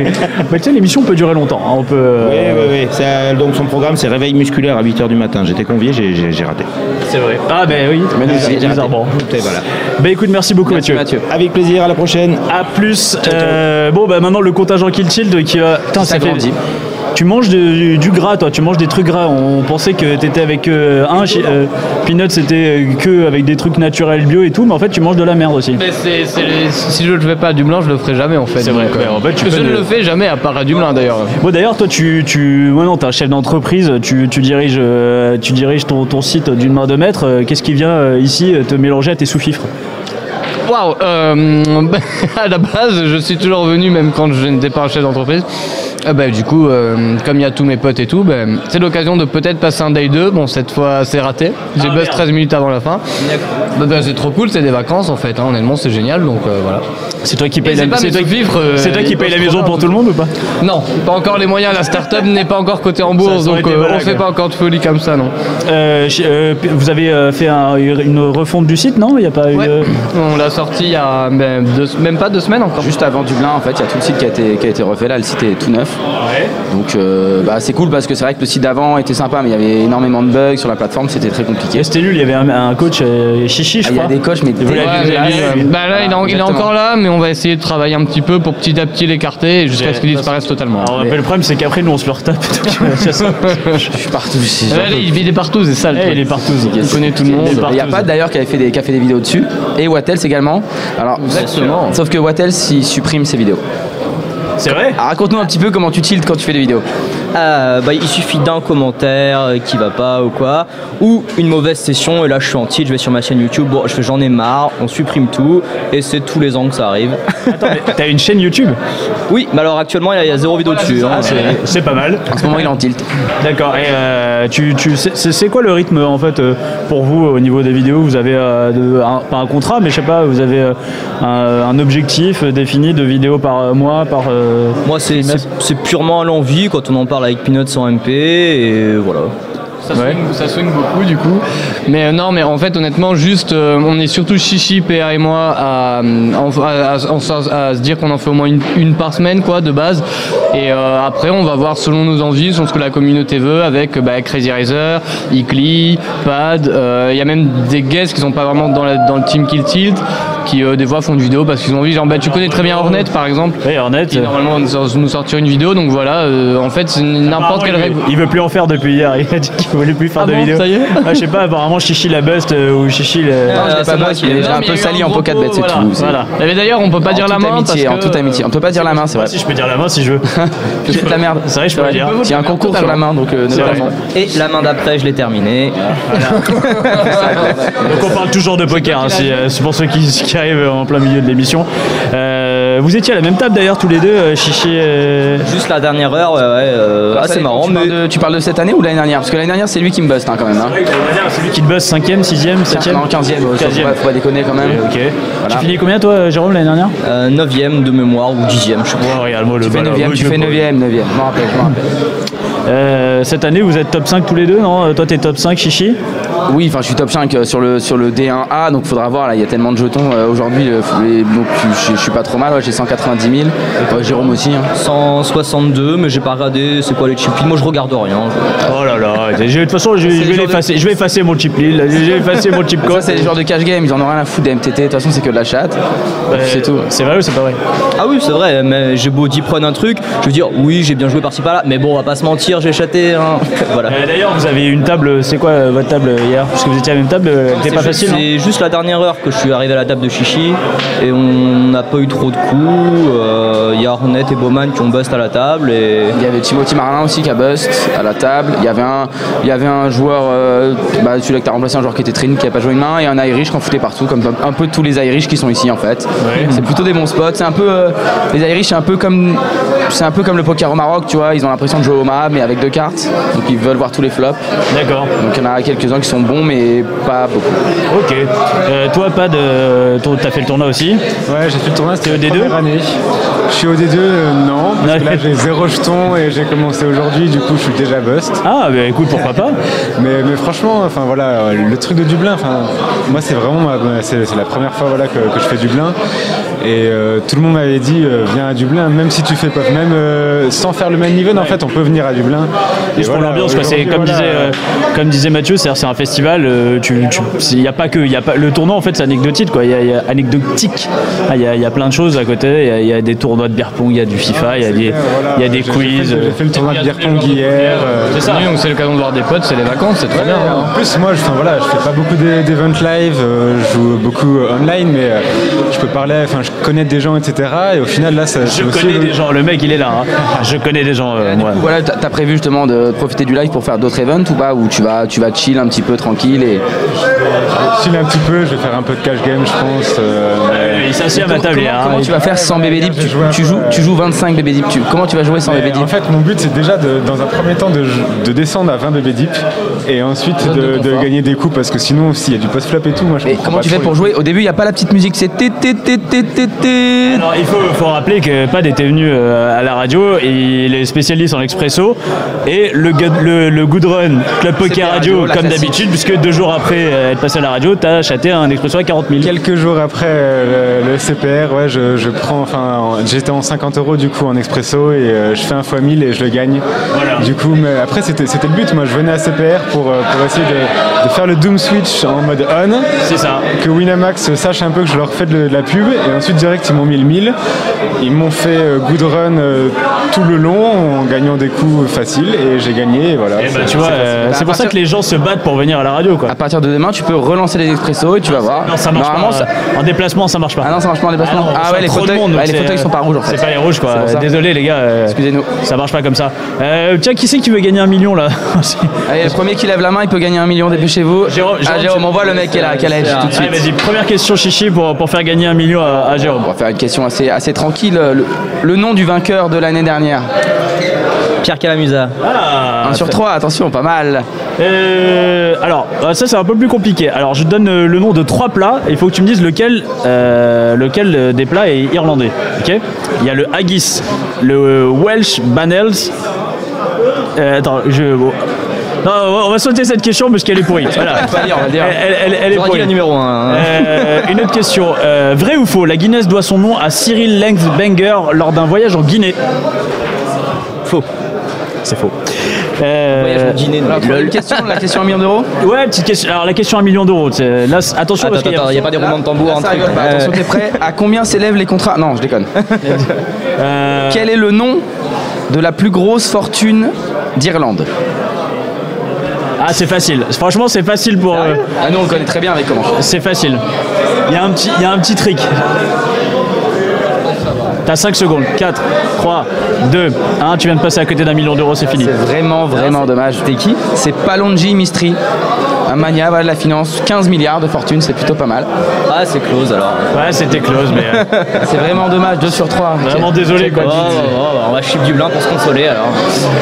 Mais tu sais, l'émission peut durer longtemps. hein, On peut.
Oui,
euh,
oui, oui. Ça, donc son programme c'est réveil musculaire à 8h du matin. J'étais convié, j'ai- j'ai j'ai raté.
C'est vrai. Ah, ben oui.
Mais nous,
c'est
j'ai
bizarre. Bon.
Et voilà.
Bah écoute, merci beaucoup,
Merci, Mathieu.
Avec plaisir, à la prochaine.
A plus. Euh, bon, bah maintenant le contingent Kill Tilt qui va. Putain,
ça grandit.
Tu manges de- du gras, toi, tu manges des trucs gras. On pensait que t'étais avec euh, un. chi- euh, Peanuts, c'était euh, que avec des trucs naturels bio et tout, mais en fait, tu manges de la merde aussi.
Mais c'est- c'est les- si je ne le fais pas à Dublin, je le ferai jamais en fait.
C'est vrai,
Donc,
ouais, en fait, tu
parce que
peux
je ne
ne-
le fais jamais à part à Dublin d'ailleurs.
Bon, d'ailleurs, toi, tu. tu maintenant, t'es un chef d'entreprise, tu, tu diriges, euh, tu diriges ton, ton site d'une main de maître. Euh, Qu'est-ce qui vient euh, ici te mélanger à tes sous-fifres
Waouh euh, À la base, je suis toujours venu, même quand je n'étais pas un chef d'entreprise, Eh ben, du coup, euh, comme il y a tous mes potes et tout, ben, c'est l'occasion de peut-être passer un day 2. Bon, cette fois, c'est raté.
Ah,
J'ai buzz 13 minutes avant la fin. Ben, ben, c'est trop cool, c'est des vacances en fait. Hein. Honnêtement, c'est génial. Donc euh, voilà.
C'est toi qui paye
Et
la
c'est pas
c'est
mes
toi-
sous-fifres, euh,
c'est toi qui
ils
paye la
bossent
maison
trop
pour
tard.
tout le monde ou pas
Non, pas encore les moyens. La start-up n'est pas encore cotée en bourse.
Ça aurait
Donc
été
euh,
malade,
on fait
ouais.
pas encore de folie comme ça, non.
Euh, je- euh, p- Vous avez euh, fait un- une refonte du site, non Il n'y a pas eu.
Ouais.
euh,
On l'a sorti il y a ben, deux- même pas deux semaines encore.
Juste avant Dublin, en fait, il y a tout le site qui a été, qui a été refait. Là, le site est tout neuf. Donc, euh, bah, c'est cool parce que c'est vrai que le site d'avant était sympa, mais il y avait énormément de bugs sur la plateforme, c'était très compliqué.
et C'était nul, il y avait un, un coach euh, chichi, je
Ah, il y
crois.
a des coachs, mais
Il voulait
Ouais,
la
mais
virer,
lui,
euh,
euh, bah là, il, est en- il est
Exactement.
encore là, mais on va essayer de travailler un petit peu pour petit à petit l'écarter et jusqu'à ce qu'il disparaisse totalement.
Alors, mais le problème, c'est qu'après, nous, on se le retape. donc, c'est ça.
Je suis partout. c'est-
Là, il vit des partout, c'est ça le
Eh,
truc.
il est partout.
Il connaît tout le monde.
Il est
Il y a
partout.
pas d'ailleurs qui avait fait des, qui a fait des vidéos dessus et Wattels également. Alors,
Exactement.
Sauf que Wattels il supprime ses vidéos.
C'est vrai
Alors, Ah, raconte-nous un petit peu comment tu tiltes quand tu fais des vidéos.
Ah, bah, il suffit d'un commentaire euh, qui va pas ou quoi, ou une mauvaise session, et là je suis en tilt, je vais sur ma chaîne YouTube, bon, je fais j'en ai marre, on supprime tout, et c'est tous les ans que ça arrive.
Attends, mais T'as une chaîne YouTube
oui, mais alors actuellement il y a- il y, a zéro vidéo dessus. hein, c'est-
C'est pas mal.
En ce moment, il est en tilt.
D'accord. Et euh, tu, tu, c'est- c'est c'est quoi le rythme en fait euh, pour vous au niveau des vidéos Vous avez euh, de- un, pas un contrat, mais je sais pas, vous avez euh, un, un objectif défini de vidéos par euh, mois, par. euh,
Moi c'est- c'est c'est purement à l'envie quand on en parle avec Peanuts en MP, et voilà.
Ça, swing, ça swing beaucoup du coup. Mais euh, non, mais en fait, honnêtement, juste, euh, on est surtout Chichi, PA et moi à, euh, en- à- à- à- à se dire qu'on en fait au moins une, une par semaine, quoi, de base. Et euh, après, on va voir selon nos envies, selon ce que la communauté veut, avec euh, bah, Crazy Razer, Icli, Pad. euh, Il y a même des guests qui sont pas vraiment dans, la- dans le team Kill Tilt, qui euh, des fois font une vidéo parce qu'ils ont envie. Genre, bah, tu connais très bien Hornet, par exemple.
Ouais, Hornet.
Qui normalement nous sort- nous sortir une vidéo, donc voilà, euh, en fait, c'est n'importe quelle règle.
Apparemment, il, veut- il veut plus en faire depuis hier. Il a dit qu'il voulait plus faire
Ah
de
bon,
vidéos.
ça y est
Ah, je sais pas. Apparemment, Chichi la bust euh, ou Chichi. le-
Non, je l'ai
c'est
pas
moi
boss,
qui
il
l'ai-
est
Non,
un
mais
peu
il y a eu
sali
un
en
gros
pocket
pot,
bet, c'est
voilà.
tout. c'est-
Voilà.
Ah, Mais d'ailleurs, on peut pas
En
dire la
toute
main
amitié,
parce
en
que,
toute amitié. On peut pas dire la main, c'est vrai.
Si je peux dire la main, si je veux.
C'est la merde.
C'est vrai, je peux le dire.
Il y a un concours sur la main, donc euh, ne
C'est
pas
vrai.
prendre.
Et la main d'après je l'ai terminée.
Donc on parle toujours de poker, hein, si, euh, c'est pour ceux qui, qui arrivent en plein milieu de l'émission. Euh, vous étiez à la même table d'ailleurs tous les deux, euh, Chichi. euh,
Juste la dernière heure, ouais, ouais, euh,
Alors, ça
assez
dépend,
marrant,
tu
mais
parles de- Tu parles de cette année ou de l'année dernière Parce que l'année dernière, c'est lui qui me buste hein, quand même. hein.
Celui qui te buzz 5ème, 6ème, 7ème
Non, 15e, euh,
15e.
Faut, pas, faut pas déconner quand même.
Ok.
Voilà.
Tu finis combien toi, euh, Jérôme, l'année dernière
9ème Euh, de mémoire ou 10ème, je sais pas.
Oh, regarde-moi le
Tu fais
ballon,
9ème, tu
je
fais
peux-
9ème, 9ème. Je m'en rappelle, je m'en rappelle.
Euh, Cette année, vous êtes top 5 tous les deux, non Euh, Toi, t'es top 5, Chichi
Oui, enfin, je suis top 5 euh, sur le, sur le D1A, donc faudra voir. Là, il y a tellement de jetons euh, aujourd'hui. euh, faut- et donc, je, je suis pas trop mal. ouais, j'ai 190 000. Ouais, Jérôme aussi. hein.
162, mais j'ai pas regardé c'est quoi les chips. Moi je regarde rien. je-
Oh là là, je- de toute façon, je, je
les
vais
genres de-
l'effacer, je vais effacer mon chip lille, je vais effacer mon chip
Ça,
code.
c'est les joueurs de cash game. Ils en ont rien à foutre des MTT. De toute façon, c'est que de la chatte. Et puis,
Euh,
c'est tout.
C'est vrai ou c'est pas vrai
Ah oui, c'est vrai, mais j'ai beau d'y prendre un truc, je veux dire, oui, j'ai bien joué par-ci par-là, mais bon, on va pas se mentir, j'ai chaté. hein. voilà.
Euh, D'ailleurs, vous avez eu une table, c'est quoi euh, votre table euh, hier Parce que vous étiez à la même table, euh, elle était
C'est
pas
juste-
facile. non
C'est juste la dernière heure que je suis arrivé à la table de Chichi et on n'a pas eu trop de coups. euh, Il y a Hornet et Bowman qui ont bust à la table et.
Il y avait Timothy Marlin aussi qui a bust à la table. Il y avait un, il y avait un joueur, euh, bah, celui-là que t'as remplacé, un joueur qui était très nul, qui a pas joué une main, et un Irish qui en foutait partout, comme un peu tous les Irish qui sont ici en fait. C'est plutôt des bons spots. C'est un peu, euh, les Irish, c'est un peu comme, c'est un peu comme le poker au Maroc, tu vois. Ils ont l'impression de jouer au Maha mais avec deux cartes, donc ils veulent voir tous les flops.
D'accord.
Donc il y en a quelques uns qui sont bons, mais pas beaucoup.
Ok. Euh, toi, Pad, euh, ton- t'as fait le tournoi aussi
Ouais, j'ai fait le tournoi, c'était
T'es au
la
D2?
première année. Je suis au D2, euh, non, parce que
Ouais.
là j'ai zéro jeton et j'ai commencé aujourd'hui, du coup je suis déjà bust.
Ah, bah écoute, pourquoi pas
Mais, mais franchement, enfin voilà, euh, le truc de Dublin, enfin moi c'est vraiment, ma- ma- c'est c'est la première fois voilà que, que je fais Dublin et euh, tout le monde m'avait dit euh, viens à Dublin, même si tu fais pas, même euh, sans faire le main event en fait, on peut venir à Dublin. Et
Juste pour
voilà,
l'ambiance, quoi. C'est
aujourd'hui,
comme
voilà,
disait, euh, comme disait Mathieu, c'est-à-dire c'est un festival. euh, tu, tu- c'est- y a pas que, y a pas le tournoi en fait, c'est anecdotique, quoi. Il y, a- y a anecdotique. Il y, a- y a plein de choses à côté. Il y, a des tournois de beer pong, il y a du FIFA, il y a des,
voilà,
y a des
j'ai- j'ai fait-
quiz.
J'ai
euh.
fait le tournoi de beer pong hier. euh,
C'est ça. donc c'est l'occasion de voir des potes, c'est les vacances, c'est très bien.
Ouais,
hein.
En plus, moi, je, enfin, voilà, je fais pas beaucoup d'e- d'events live, euh, je joue beaucoup euh, online, mais euh, je peux parler, enfin, je connais des gens, etc. Et au final, là, ça. euh,
Je connais des gens. Le mec, il est là. hein. Je connais des gens. euh, moi.
Voilà, t'as t'as prévu justement de profiter du live pour faire d'autres events ou pas, où tu vas, tu vas chill un petit peu tranquille et.
Ah, Je file un petit peu, je vais faire un peu de cash game, je pense. euh, mais-
mais il s'assied à ma table.
Comment,
il est, hein.
comment tu vas faire sans
Ouais,
bébé dip
regarde,
tu,
je vois,
tu joues,
ouais.
tu joues 25 bébé dip. Tu, comment tu vas jouer sans
Mais
bébé
en
dip
fait, mon but, c'est déjà de, dans un premier temps de, de descendre à 20 bébés deep et ensuite
Zone de
de, de
confort.
gagner des coups parce que sinon, s'il y a du post-flop et tout, moi je
Mais
comprends
comment
pas
tu fais
trop.
pour jouer Au début, il n'y a pas la petite musique, c'est té té té té té té.
Alors, il faut, faut rappeler que Pad était venu euh, à la radio, et il est spécialiste en expresso et le, gu- le, le Good Run Club Poker
radio,
Radio,
la
comme
classique.
d'habitude, puisque deux jours après euh, être passé à la radio, t'as acheté un expresso à 40 000.
Quelques jours après euh, le, le CPR, ouais, je, je prends, enfin, en- j'étais en 50 euros du coup en expresso et euh, je fais un fois 1000 et je le gagne.
Voilà.
Du coup, mais après c'était c'était le but. Moi, je venais à CPR pour, euh, pour essayer de, de faire le doom switch en mode on.
C'est ça.
que Winamax sache un peu que je leur fais de, de la pub et ensuite direct ils m'ont mis le 1000 ils m'ont fait euh, good run euh, tout le long en gagnant des coups faciles et j'ai gagné et voilà
Et bah,
C'est-
tu vois,
c'est-
euh,
Bah,
c'est
à
pour ça
partir-
que les gens se battent pour venir à la radio, quoi.
À partir de demain, tu peux relancer les expressos et tu vas voir.
Non, ça marche
Normalement,
pas.
ça-
euh, En déplacement, ça marche pas.
Ah non, ça marche pas en déplacement.
non,
Ah,
ça
ouais, les
trop de
fauteuils,
monde, donc
ouais, les
c'est, euh,
fauteuils sont pas rouges en fait.
C'est pas les rouges,
C'est
quoi.
pour ça.
Désolé, les gars. euh,
Excusez-nous.
Ça marche pas comme ça. Euh, tiens, qui c'est qui veut gagner un million là
Allez, le premier qui lève la main, il peut gagner un million, dépêchez-vous.
Jérôme,
ah,
Jérôme,
Jérôme
tu-
envoie le mec qui est là, qui a la edge tout de
Allez,
suite.
vas-y, première question chichi pour, pour faire gagner un million à, à Jérôme.
On va faire une question assez, assez tranquille. Le, le nom du vainqueur de l'année dernière
Pierre Calamusa.
Ah,
1 sur 3, attention, pas mal.
Euh, alors, euh, ça c'est un peu plus compliqué. Alors, je te donne euh, le nom de trois plats et il faut que tu me dises lequel, euh, lequel euh, des plats est irlandais. Ok Il y a le haggis, le euh, Welsh bannels. Euh, attends, je. bon. Non, on va- on va sauter cette question parce qu'elle est pourrie. Voilà.
On va dire, on va dire.
Elle, elle- elle est
J'aurais dit
pourrie.
la numéro
hein.
1.
Euh, une autre question. Euh, vrai ou faux La Guinness doit son nom à Cyril Banger lors d'un voyage en Guinée. Faux. C'est faux. Euh,
Voyage au dîner.
Alors,
Lol.
troisième question, la question à un million d'euros
Ouais, petite question. Alors la question à un million d'euros. c'est- Là, c'est- attention
Attends,
parce qu'il y a-
attends, il n'y a pas des roulements de tambour
Là,
un
Ah, ça
truc.
rigole pas,
Euh,
attention, t'es prêt À combien s'élèvent les contrats Non, je déconne.
Euh,
Quel est le nom de la plus grosse fortune d'Irlande
Ah, c'est facile. Franchement, c'est facile pour. euh,
Ah, nous on le connaît très bien avec comment
C'est facile. Il y a un petit, il y a un petit trick. T'as 5 secondes. 4, 3, 2, 1. Tu viens de passer à côté d'un million d'euros, c'est fini.
Ah, C'est vraiment, vraiment dommage. C'était qui C'est Palonji Mistry. Un mania voilà, de la finance, 15 milliards de fortune, c'est plutôt pas mal.
Ah, c'est close alors.
Ouais, c'était close, mais euh,
C'est vraiment dommage, 2 sur 3.
vraiment désolé
Oh,
quoi.
oh, oh, on va chiffre du blin pour se consoler alors.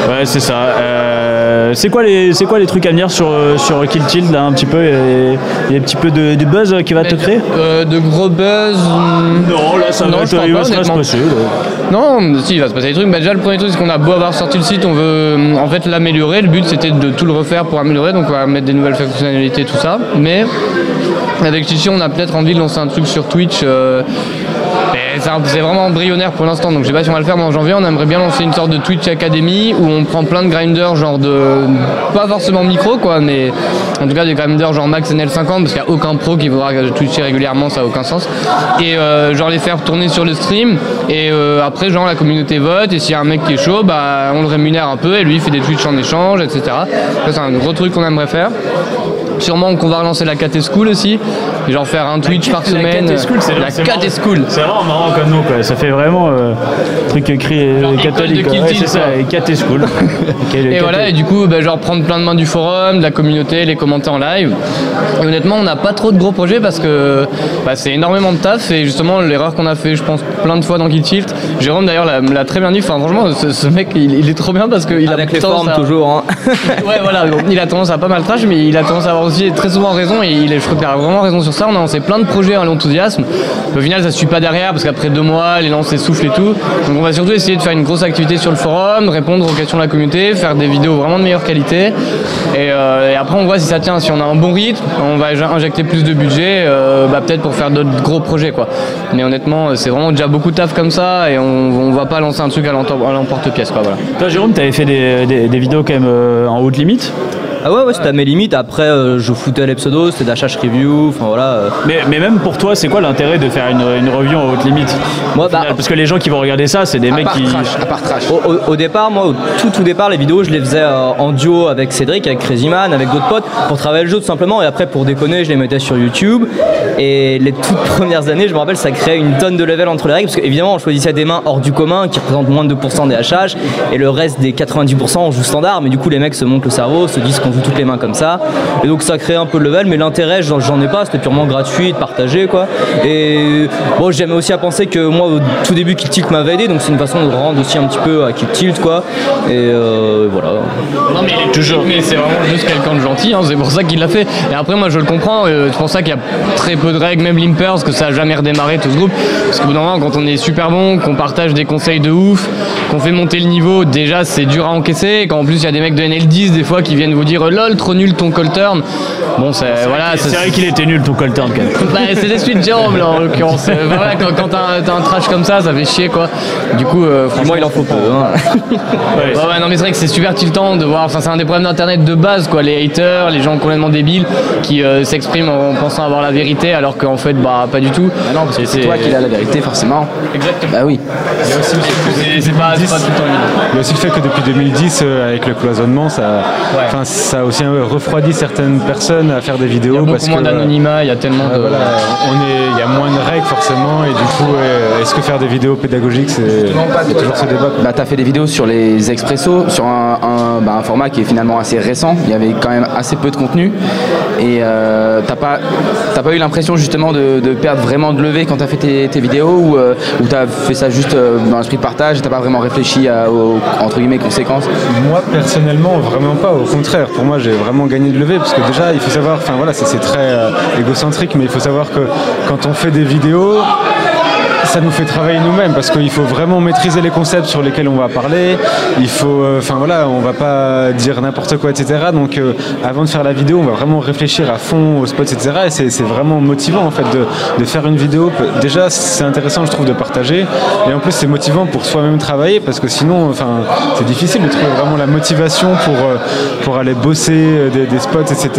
Ouais, c'est ça. Euh, c'est quoi les, c'est quoi les trucs à venir sur euh, sur Kill Tilt là un petit peu et, et un petit peu de, de buzz euh, qui va te créer
Euh, de gros buzz. hum,
Non, là ça
Non,
va,
je crois
il va
pas,
se
honnêtement.
passer. là.
Non, mais si, il va se passer des trucs. Bah, déjà, le premier truc, c'est qu'on a beau avoir sorti le site, on veut hum, en fait l'améliorer. Le but, c'était de tout le refaire pour améliorer. Donc, on va mettre des nouvelles fonctionnalités, tout ça. Mais avec Chichi, on a peut-être envie de lancer un truc sur Twitch. euh, mais c'est un- c'est vraiment embryonnaire pour l'instant, donc je sais pas si on va le faire, mais en janvier, on aimerait bien lancer une sorte de Twitch Academy où on prend plein de grinders, genre de. pas forcément micro quoi, mais en tout cas des grinders genre max NL50, parce qu'il n'y a aucun pro qui voudra Twitcher régulièrement, ça a aucun sens. Et euh, genre les faire tourner sur le stream, et euh, après, genre la communauté vote, et s'il y a un mec qui est chaud, bah on le rémunère un peu, et lui il fait des Twitch en échange, etc. Ça, c'est un gros truc qu'on aimerait faire. Sûrement qu'on va relancer la KT School aussi, et genre faire un Twitch par semaine.
Cat et School, c'est
la
c'est
KT
marrant.
School.
C'est vraiment marrant comme nom, quoi. Ça fait vraiment euh, truc écrit euh,
Genre, école
catholique.
de
quoi.
Kill
Ouais,
Team,
c'est ça,
quoi.
et Cat et School. Ok, le
Et
Cat
voilà, et du coup, bah, genre prendre plein de mains du forum, de la communauté, les commenter en live. Et honnêtement, on n'a pas trop de gros projets parce que bah, c'est énormément de taf. Et justement, l'erreur qu'on a fait, je pense, plein de fois dans Guild Tilt. Jérôme, d'ailleurs, l'a, l'a très bien dit. Enfin, franchement, ce, ce mec, il, il est trop bien parce qu'il a
Avec les
tendance
formes
à-
toujours. hein.
Ouais, voilà, donc, il a tendance à pas mal trash, mais il a tendance à avoir aussi très souvent raison. Et il est, je crois qu'il a vraiment raison sur ça. On a lancé plein de projets à l'enthousiasme. Au final, ça suit pas derrière parce qu'après deux mois, les lances s'essoufflent et tout. Donc, on va surtout essayer de faire une grosse activité sur le forum, répondre aux questions de la communauté, faire des vidéos vraiment de meilleure qualité. Et, euh, et après, on voit si ça tient. Si on a un bon rythme, on va injecter plus de budget, euh, bah, peut-être pour faire d'autres gros projets, quoi. Mais honnêtement, c'est vraiment déjà beaucoup de taf comme ça et on, on va pas lancer un truc à l'emporte- à l'emporte-pièce, quoi. Voilà.
Toi, Jérôme, t'avais fait des, des- des vidéos quand même euh, en haute limite.
Ah ouais, ouais, c'était à mes limites. Après, euh, je foutais les pseudos, c'était d'HH Review, enfin voilà. euh.
Mais, mais même pour toi, c'est quoi l'intérêt de faire une, une review en haute limite
Moi,
Au final,
bah-
Parce que les gens qui vont regarder ça, c'est
Ah,
des
À
mecs
part
qui.
trash, à part trash.
Au, au- au départ, moi, au tout tout départ, les vidéos, je les faisais euh, en duo avec Cédric, avec Crazyman, avec d'autres potes, pour travailler le jeu tout simplement. Et après, pour déconner, je les mettais sur YouTube. Et les toutes premières années, je me rappelle, ça créait une tonne de level entre les règles, parce qu'évidemment, on choisissait des mains hors du commun, qui représentent moins de 2% des HH, et le reste des 90%, on joue standard. Mais du coup, les mecs se montent le cerveau, se disent qu'on qu'on joue toutes les mains comme ça. Et donc ça crée un peu de level, mais l'intérêt, j'en j'en ai pas, c'était purement gratuit, partagé quoi. Et bon, j'aimais aussi à penser que moi, au tout début, Kill Tilt m'avait aidé, donc c'est une façon de rendre aussi un petit peu à Kill Tilt quoi. Et euh, voilà.
Non, mais il est toujours. Mais c'est vraiment juste quelqu'un de gentil, hein, c'est pour ça qu'il l'a fait. Et après, moi, je le comprends, euh, c'est pour ça qu'il y a très peu de règles, même Limpers, que ça a jamais redémarré tout ce groupe. Parce qu'au bout d'un moment, quand on est super bon, qu'on partage des conseils de ouf, qu'on fait monter le niveau, déjà, c'est dur à encaisser. Et Quand en plus, il y a des mecs de NL10 des fois qui viennent vous dire lol, trop nul ton call turn. Bon, c'est. Voilà,
C'est
ça-
vrai qu'il était nul ton call turn, quand même.
bah, c'est la suite Jérôme là en l'occurrence. Euh, bah, voilà, quand, quand t'as un- t'as un trash comme ça, ça fait chier quoi. Du coup, euh, franchement,
Moi, il en faut peu. hein.
Ouais,
Ouais.
ouais, non, mais c'est vrai que c'est super tiltant de voir. Enfin, c'est un des problèmes d'internet de base, quoi. Les haters, les gens complètement débiles qui euh, s'expriment en pensant avoir la vérité alors qu'en fait, bah, pas du tout.
Ah
non, parce que
C'est toi qui as la vérité, forcément.
Exactement.
Bah oui.
Il y a aussi le fait que
C'est pas, c'est pas tout le temps évident.
Il y a aussi le fait que depuis 2010, euh, avec le cloisonnement, ça, enfin, ça a aussi euh, refroidi certaines personnes à faire des
Il y a
vidéos parce
beaucoup
que
moins d'anonymat, il y a tellement
euh,
de.
voilà, on est, il y a moins de règles forcément, et du coup, euh, est-ce que faire des vidéos pédagogiques, c'est il y a toujours ce débat. quoi.
Bah, t'as fait des vidéos sur les expressos, sur un, un- bah, un format qui est finalement assez récent. Il y avait quand même assez peu de contenu. Et euh, t'as pas, t'as pas eu l'impression justement de, de perdre vraiment de levée quand t'as fait tes, tes vidéos ou euh, ou t'as fait ça juste euh, dans l'esprit de partage et t'as pas vraiment réfléchi à- aux entre guillemets conséquences
Moi personnellement, vraiment pas. Au contraire, pour moi, j'ai vraiment gagné de lever parce que déjà, il faut savoir. Enfin voilà, c'est c'est très euh, égocentrique, mais il faut savoir que quand on fait des vidéos, ça nous fait travailler nous-mêmes parce qu'il faut vraiment maîtriser les concepts sur lesquels on va parler. Il faut, euh, enfin voilà, on va pas dire n'importe quoi, etc. Donc euh, avant de faire la vidéo, on va vraiment réfléchir à fond au spot, etc. Et c'est c'est vraiment motivant en fait de, de faire une vidéo. Déjà, c'est intéressant, je trouve, de partager. Et en plus, c'est motivant pour soi-même travailler parce que sinon, enfin, c'est difficile de trouver vraiment la motivation pour euh, pour aller bosser euh, des, des spots, etc.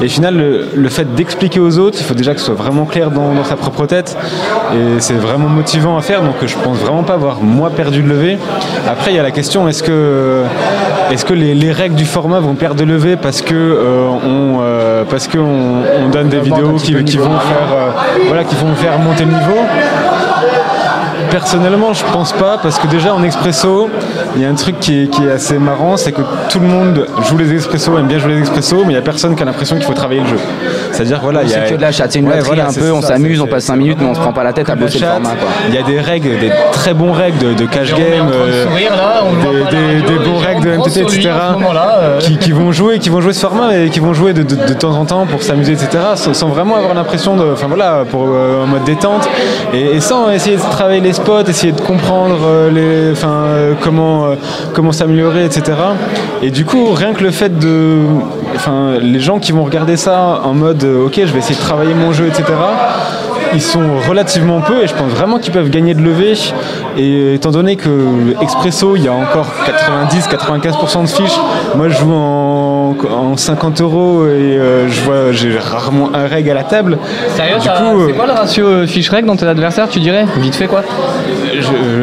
Et au final, le, le fait d'expliquer aux autres, il faut déjà que ce soit vraiment clair dans, dans sa propre tête. Et c'est vraiment motivant à faire, donc euh, je pense vraiment pas avoir moi perdu de levée. Après, il y a la question est-ce que, est-ce que les, les règles du format vont perdre de levée parce que euh, on, euh, parce que on, on donne des vidéos qui, qui vont faire, euh, voilà, qui vont faire monter le niveau Personnellement, je pense pas parce que déjà en expresso, il y a un truc qui est, qui est assez marrant, c'est que tout le monde joue les expressos, aime bien jouer les expressos, mais il y a personne qui a l'impression qu'il faut travailler le jeu. C'est-à-dire voilà, il y a
C'est que de la chatte, c'est une
Ouais,
batterie
voilà,
un
c'est
peu, on
ça,
s'amuse,
c'est-
on passe 5 minutes, mais on se prend pas la tête à
la
bosser le
chatte,
format. Quoi.
Il y a des règles, des très bons règles de, de cash
Jérôme est en
game,
train de
euh,
sourire, là, on le voit
des,
pas à la
des-
radio,
des
mais
bons
Jérôme
règles de
prend
MTT,
sur lui
etc.
en ce moment-là, euh.
Qui, qui vont jouer, qui vont jouer ce format et qui vont jouer de, de- de temps en temps pour s'amuser, etc. Sans, sans vraiment avoir l'impression de, enfin voilà, pour euh, en mode détente et, et sans essayer de travailler les spots, essayer de comprendre euh, les, enfin euh, comment euh, comment s'améliorer, etc. Et du coup, rien que le fait de, enfin les gens qui vont regarder ça en mode, euh, ok, je vais essayer de travailler mon jeu, etc ils sont relativement peu et je pense vraiment qu'ils peuvent gagner de levée. Et étant donné que Expresso, il y a encore 90-95% de fiches, moi je joue en, en 50 euros et euh, je vois j'ai rarement un reg à la table.
Sérieux,
du
t'as-
coup, euh,
c'est quoi le ratio euh, fiche règle dans tes adversaires, tu dirais Vite fait quoi
je-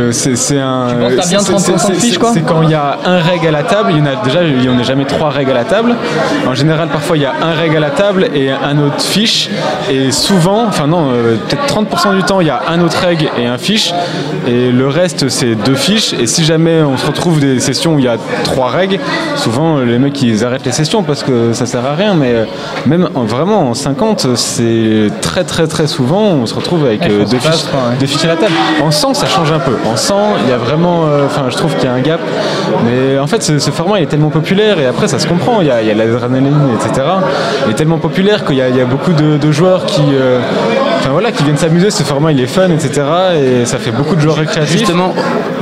je- c'est c'est un.
penses que t'as bien
euh, c'est-
30% de
c'est-
fiches, quoi
C'est quand il y a un reg à la table, il y en a déjà, il y en a jamais trois règles à la table. En général, parfois il y a un reg à la table et un autre fiche. Et souvent, enfin non, euh, peut-être 30% du temps, il y a un autre reg et un fiche. Et le reste, c'est deux fiches. Et si jamais on se retrouve des sessions où il y a trois règles, souvent euh, les mecs ils arrêtent les sessions parce que ça sert à rien. Mais euh, même en- vraiment en 50, c'est très très très souvent, on se retrouve avec euh, deux fiches des fiches à la table. En 100, ça change un peu. En 100, il y a vraiment. euh, Enfin, je trouve qu'il y a un gap. Mais en fait, ce, ce format, il est tellement populaire. Et après, ça se comprend. Il y a, il y a l'adrénaline, etc. Il est tellement populaire qu'il y a, il y a beaucoup de, de joueurs qui. euh, Enfin voilà, qui viennent s'amuser, ce format il est fun, etc. Et ça fait beaucoup de joueurs récréatifs.
Justement,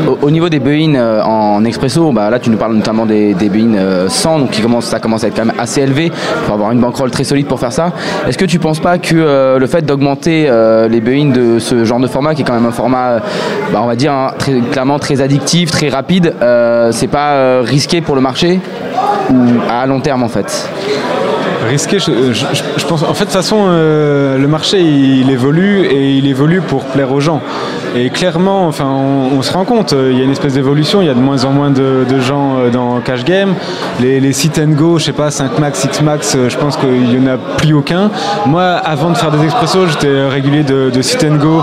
au, au niveau des buy en expresso, bah là tu nous parles notamment des, des buy 100, donc qui commence, ça commence à être quand même assez élevé. Il faut avoir une bankroll très solide pour faire ça. Est-ce que tu penses pas que euh, le fait d'augmenter euh, les buy de ce genre de format, qui est quand même un format, euh, bah, on va dire hein, très, clairement très addictif, très rapide, euh, c'est pas euh, risqué pour le marché ou à long terme en fait
risqué. Je, je- je- je pense. En fait, de toute façon, euh, le marché il, il évolue et il évolue pour plaire aux gens. Et clairement, enfin, on, on se rend compte. euh, Il y a une espèce d'évolution. Il y a de moins en moins de, de gens euh, dans Cash Game. Les, les sites and go, je sais pas, 5 max, 6 max, euh, je pense qu'il y en a plus aucun. Moi, avant de faire des expressos, j'étais euh, régulier de, de site and go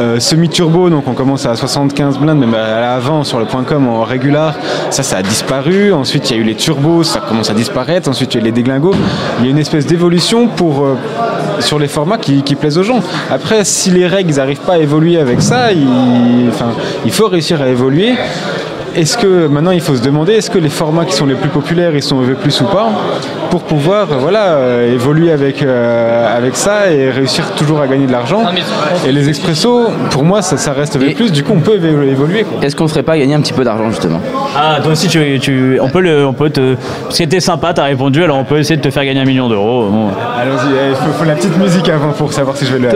euh, semi-turbo. Donc on commence à 75 blindes, même à- avant sur le point .com en régular. Ça, ça a disparu. Ensuite, il y a eu les turbos, ça commence à disparaître. Ensuite, il y a eu les déglingos. Il y a une espèce d'évolution pour euh, sur les formats qui, qui plaisent aux gens. Après, si les règles n'arrivent pas à évoluer avec ça, il, enfin, il faut réussir à évoluer. Est-ce que maintenant il faut se demander est-ce que les formats qui sont les plus populaires ils sont EV plus ou pas pour pouvoir euh, voilà euh, évoluer avec euh, avec ça et réussir toujours à gagner de l'argent et les expressos pour moi ça, ça reste EV plus du coup on peut évo- évoluer quoi.
Est-ce qu'on ne ferait pas gagner un petit peu d'argent justement
Ah, toi aussi, tu, tu- on, peut le, on peut te. Parce que t'es sympa, t'as répondu, alors on peut essayer de te faire gagner un million d'euros. Bon.
Allons-y, il faut, faut la petite musique avant pour savoir si je vais le.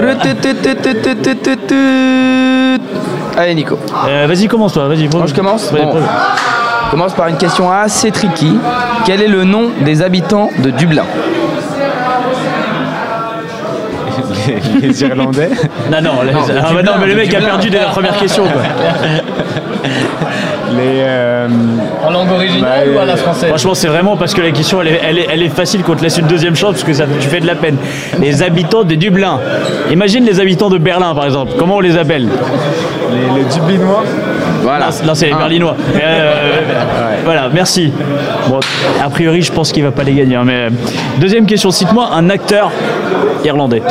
Allez Nico.
Euh, vas-y, commence toi, vas-y.
Moi je commence
Ouais,
Bon.
prends-
Je commence par une question assez tricky. Quel est le nom des habitants de Dublin
les, les Irlandais.
Non, non, les-
Non,
ah,
de
bah
Dublin,
non, mais le
de
mec a
Dublin.
perdu dès la première question. Quoi.
Les. euh,
En langue originale
Bah,
ou à la
euh,
française
Franchement, c'est vraiment parce que la question elle est, elle est- elle est facile qu'on te laisse une deuxième chance parce que ça, tu fais de la peine. Les habitants de Dublin. Imagine les habitants de Berlin par exemple. Comment on les appelle
les, les Dublinois.
Voilà.
Ah, Là, c'est les
Un.
Berlinois. Mais, euh, Voilà, merci. Bon, a priori, je pense qu'il va pas les gagner. hein, mais euh, deuxième question, cite-moi un acteur irlandais.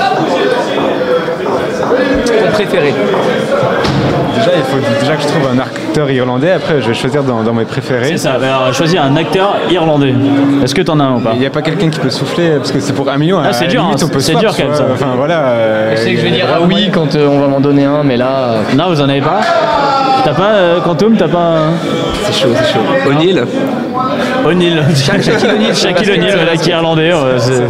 Ton préféré
Déjà, il faut déjà que je trouve un acteur irlandais. Après, je vais choisir dans, dans mes préférés.
C'est ça. Alors, choisis un acteur irlandais. Est-ce que t'en as un ou pas
Il n'y a pas quelqu'un qui peut souffler parce que c'est pour un million.
Ah, c'est
à la
dur,
limite,
hein,
on peut
c'est
swap,
dur quand
tu
même,
vois.
ça.
Enfin voilà. euh,
Je sais que je vais
il y a
dire ah
vraiment
oui
moyen.
quand euh, on va m'en donner un, mais là. euh,
Non, vous en avez pas T'as pas euh, Quantum T'as pas euh,
O'Neill
O'Neill
Shaquille O'Neal.
Shaquille O'Neal, voilà, qui est irlandais. ouais, c'est-
Non,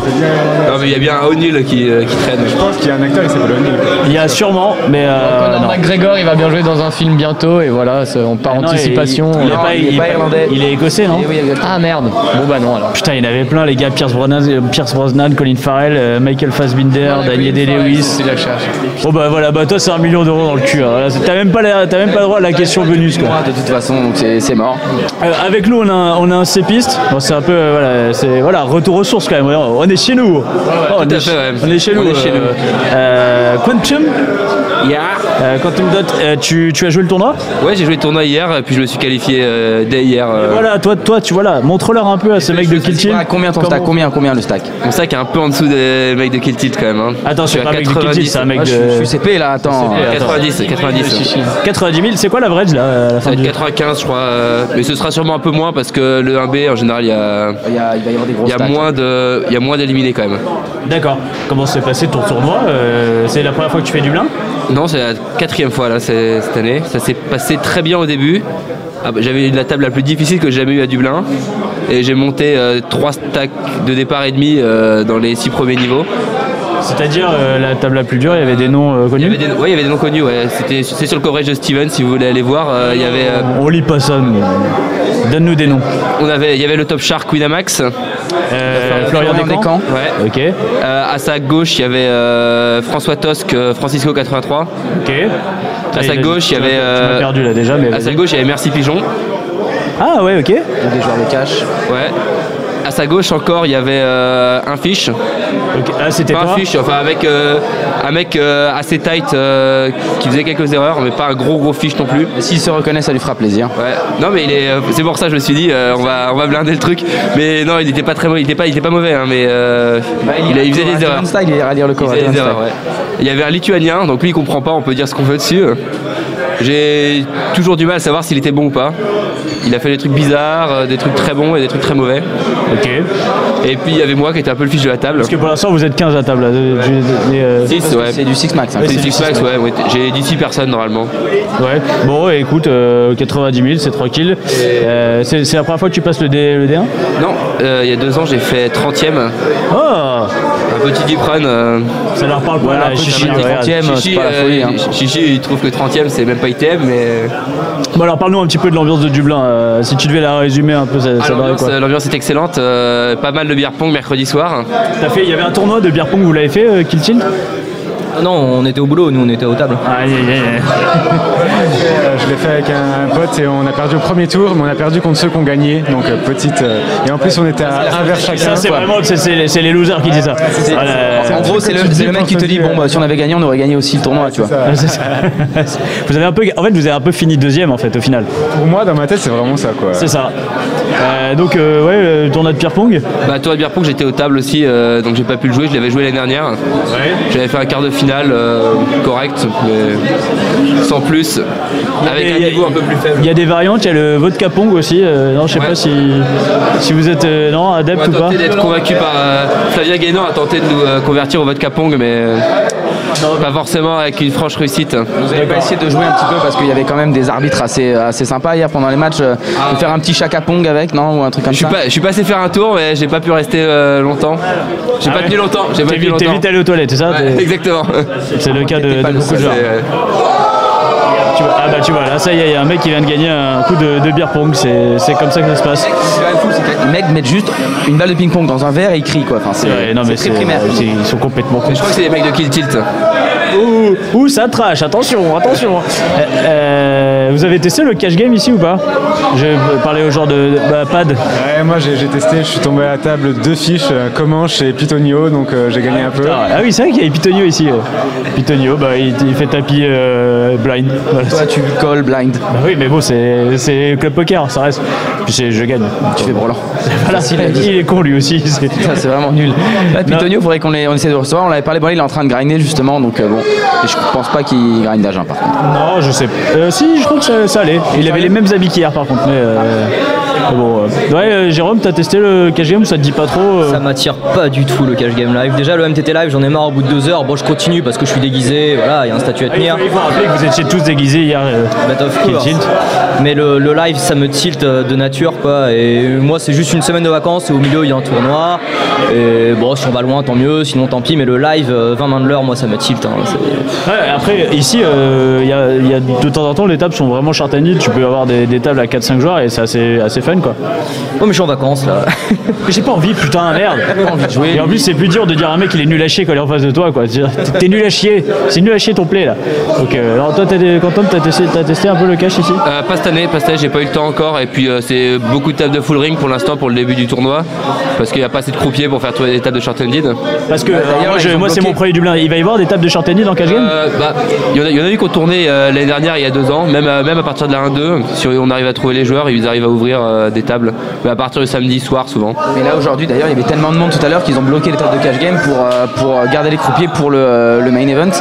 mais il y a bien un O'Neill qui, euh, qui traîne.
Je pense qu'il y a un acteur qui s'appelle O'Neill.
Il y a sûrement, mais euh,
Conor
non.
McGregor, il va bien jouer dans un film bientôt, et voilà, ça- on part
Non, il-
anticipation.
Il, est
Non,
pas,
il est
il est
pas
pas-
irlandais.
il est écossais, non
Ah merde Bon bah non alors.
Putain, il y en avait plein, les gars. Pierce Brosnan, euh, Pierce Brosnan Colin Farrell, euh, Michael Fassbinder, Daniel Day-Lewis.
C'est la charge.
Bon bah voilà, bah toi c'est un million d'euros dans le cul. hein. Voilà, c'est- T'as même pas, la- t'as même pas le droit à la question bonus. Quoi.
Moi de toute façon, donc c'est c'est mort.
Euh, avec nous, on a, un- on a un cépiste. Bon, c'est un peu, euh, voilà, c'est voilà, retour aux sources quand même. On on est chez nous. Oh, on,
tout à
est
fait,
chez-
ouais.
on est chez nous.
On est chez
euh, euh, Quantum,
Yeah.
euh, Quantum Dot, euh, tu, tu as joué le tournoi
Ouais, j'ai joué le tournoi hier, et puis je me suis qualifié euh, dès hier. euh.
Voilà, toi, toi, tu vois là, montre-leur un peu à ces mecs de Kill Team.
Ah, combien ton
Comment-
stack Combien combien le stack
Mon sac est un peu en dessous des mecs de Kill Tilt quand même. Hein.
Attends,
Je suis
c'est
à
pas un mec de Kill Team, c'est un mec
Ah, je, je
de
suis CP là, attends.
euh,
CP,
90, 90.
90 000. C'est quoi l'average là à la
Ça
fin
va être
du...
95, je crois. euh, Mais ce sera sûrement un peu moins parce que le 1B, en général, il y a,
Il, y a- il va y avoir des gros
il y a
stacks.
hein.
moins de, il y a moins d'éliminés quand même.
D'accord. Comment s'est passé ton tournoi Euh, C'est la première fois que tu fais Dublin
Non, c'est la quatrième fois là c'est- cette année. Ça s'est passé très bien au début. Ah, bah, J'avais eu la table la plus difficile que j'ai jamais eue à Dublin. Et j'ai monté euh, trois stacks de départ et demi euh, dans les six premiers niveaux.
C'est-à-dire euh, la table la plus dure, il y avait des noms euh,
Il y
connus
avait des, ouais, il y avait des noms connus. Ouais. C'était- C'est sur le coverage de Steven si vous voulez aller voir. euh, il y avait. euh,
On lit pas ça. nous. Donne-nous des noms.
On avait, il y avait le top shark Winamax.
Euh,
Florian
Florian Descamps.
Descamps.
Ouais.
Ok.
Euh, à sa gauche, il y avait euh, François Tosque, euh, Francisco 83.
Ok.
À sa gauche, il y avait.
Tu m'as
euh,
perdu là déjà, mais.
À sa gauche, il y avait Merci Pigeon.
Ah ouais, ok.
Il y a des joueurs de cash.
Ouais. À sa gauche encore, il y avait euh, un fiche.
Ok. Ah, c'était
Pas un
toi.
fiche, enfin avec euh, un mec euh, assez tight euh, qui faisait quelques erreurs, mais pas un gros gros fiche non plus.
S'il se reconnaît, ça lui fera plaisir.
Ouais. Non mais il est, euh, c'est pour ça que je me suis dit euh, on va on va blinder le truc. Mais non, il n'était pas très mauvais, il était pas il était pas mauvais, hein, mais euh, il, a- il faisait des erreurs.
Il ira lire le
Il
corps.
faisait des erreurs, ouais. Il y avait un lituanien, donc lui il comprend pas, on peut dire ce qu'on veut dessus. euh. J'ai toujours du mal à savoir s'il était bon ou pas. Il a fait des trucs bizarres, euh, des trucs très bons et des trucs très mauvais.
Ok.
Et puis il y avait moi qui était un peu le fiche de la table.
Parce que pour l'instant, vous êtes 15 à table là. Du- des, euh,
Six, ouais.
C'est du six max. hein.
C'est six packs, ouais, ouais. J'ai 16 personnes normalement.
Ouais. Bon, ouais, écoute, euh, 90 000, c'est tranquille. Euh, c'est c'est la première fois que tu passes le, D, le D1
Non, euh, il y a deux ans j'ai fait 30 e
Oh
un petit deep run. euh,
Ça leur parle pas
Voilà, un
là,
peu de
chichi, euh,
la hein. merde.
regarde.
Trentième. c'est pas la folie, hein.
Chichi, il trouve que 30 e c'est même pas ITM, mais.
Bon alors parle-nous un petit peu de l'ambiance de Dublin. euh, si tu devais la résumer un peu, ça,
Ah,
ça donnerait
l'ambiance,
quoi
euh, L'ambiance est excellente, euh, pas mal de beer pong mercredi soir.
T'as fait, il y avait un tournoi de beer pong, vous l'avez fait, euh, Kill Tilt
Ah non, on était au boulot, nous on était aux tables.
Aïe, aïe, aïe.
Euh, Je l'ai fait avec un pote et on a perdu au premier tour, mais on a perdu contre ceux qui ont gagné. Donc euh, petite. euh, et en plus, on était à un vers chacun.
Ça, c'est
quoi.
vraiment que c'est- c'est les- c'est les losers qui disent ça. Voilà.
En gros, c'est
comme
le,
tu
c'est
dis
le mec
quand
qui te
tu
dit
dis,
bon,
euh,
bah, si on avait gagné, on aurait gagné aussi le tournoi, tu vois.
Ça,
C'est ça. vous avez un peu, en fait, vous avez un peu fini deuxième en fait au final.
pour moi, dans ma tête, c'est vraiment ça. Quoi.
C'est ça. Euh, donc euh, ouais, le tournoi de ping pong.
Bah toi beer pong j'étais au table aussi euh, donc j'ai pas pu le jouer, je l'avais joué l'année dernière. J'avais fait un quart de finale euh, correct mais sans plus. Avec
Et
un
il y a-
niveau un peu plus
Il
faible.
y a des variantes, il y a le vodka pong aussi. euh, non, je sais
Ouais.
pas si, si vous êtes euh, non
On
adepte
a
ou pas.
tenté d'être convaincu par euh, Flavia Guénon a tenté de nous euh, convertir au vodka pong mais euh, pas forcément avec une franche réussite.
Vous avez pas essayé de jouer un petit peu parce qu'il y avait quand même des arbitres assez, assez sympas hier pendant les matchs. euh,
Ah.
de faire un petit chaka pong avec, non Ou un truc comme
Je suis
ça
pas, je suis passé faire un tour mais j'ai pas pu rester euh, longtemps. J'ai
Ah
pas
ouais.
tenu longtemps, j'ai pas
T'es
tenu
vite, t'es
longtemps.
vite allé aux toilettes, c'est ça
Ouais,
T'es-
exactement.
C'est le cas de, de
Pas le
beaucoup de
seul,
gens.
mais, euh,
Tu vois- ah bah tu vois, là ça y est, il y a un mec qui vient de gagner un coup de, de beer pong, c'est c'est comme ça que ça se passe.
C'est quand même fou, c'est que les mecs mettent juste une balle de ping-pong dans un verre et ils crient quoi. Enfin, c'est
Ouais, non,
c'est
mais
très
c'est-
primaire.
c'est- ils sont complètement cons.
Je crois que c'est les mecs de Kill Tilt.
Ouh, ouh, ça trash, attention, attention. Euh, euh, vous avez testé le cash game ici ou pas Je parlais au genre de bah, pad.
Ouais, moi, j'ai j'ai testé, je suis tombé à la table deux fiches, euh, Comanche et Pitonio, donc euh, j'ai gagné un peu.
Ah oui, c'est vrai qu'il y a Pitonio ici. euh. Pitonio, bah, il, il fait tapis euh, blind. Voilà.
Toi, tu call blind,
Bah oui, mais bon, c'est c'est club poker, ça reste. Puis c'est- je gagne.
tu fais branlant.
Voilà,
Facile à dire.
Ah, il est con lui aussi. c'est-
Ça, c'est vraiment nul. Là, Pitonio, il faudrait qu'on l'ait- on essaie de le recevoir. On l'avait parlé, bon, là, il est en trarin de grinder justement, donc euh, bon. Et je pense pas qu'il grinde d'agent par contre.
Non, je sais. Euh, si, je crois que ça, ça allait. Il avait les mêmes habits qu'hier, par contre. Mais, euh, mais bon, euh. Ouais, euh, Jérôme, t'as testé le cash game ou ça te dit pas trop euh,
Ça m'attire pas du tout le cash game live. Déjà le MTT live, j'en ai marre au bout de deux heures. Bon, je continue parce que je suis déguisé, voilà, il y a un statut à
Ah, il
tenir.
faut, il faut rappeler que vous étiez tous déguisés hier. euh.
But of
Qui
course.
tilt.
Mais le, le live, ça me tilt euh, de nature, quoi. Et moi, c'est juste une semaine de vacances et au milieu, il y a un tournoi. Et bon, si on va loin, tant mieux. Sinon, tant pis. Mais le live, euh, 20 mains de l'heure, moi, ça me tilt. hein. C'est-
Ouais, après, ici, euh, il y a- il y a de temps en temps, les tables sont vraiment chartanides. Tu peux avoir des, des tables à 4-5 joueurs et c'est assez, assez fun, quoi.
Oh, mais je suis en vacances, là.
Mais J'ai pas envie, putain, merde. Et en plus, c'est plus dur de dire à un mec qu'il est nul à chier quand il est en face de toi, quoi. Tu vois, T'es nul à chier, c'est nul à chier ton play, là. Donc, euh, alors toi, t'as des- Quentin, t'as testé, t'as testé un peu le cash ici
Euh, pas cette année, pas cette année, j'ai pas eu le temps encore. Et puis euh, c'est beaucoup de tables de full ring pour l'instant pour le début du tournoi. Parce qu'il n'y a pas assez de croupiers pour faire tourner des tables de short ended.
Parce que alors, moi,
ils
je-
ont
moi, c'est
bloqué.
mon premier Dublin. Il va y avoir des tables de Chartany dans Cash Game
Euh, bah, Il y, en a eu qui ont tourné euh, l'année dernière, il y a deux ans, même, euh, même à partir de la 1-2. Si on arrive à trouver les joueurs, ils arrivent à ouvrir euh, des tables. Mais à partir du samedi soir souvent.
Mais là aujourd'hui d'ailleurs il y avait tellement de monde tout à l'heure qu'ils ont bloqué les tables de cash game pour, euh, pour garder les croupiers pour le, euh, le main event.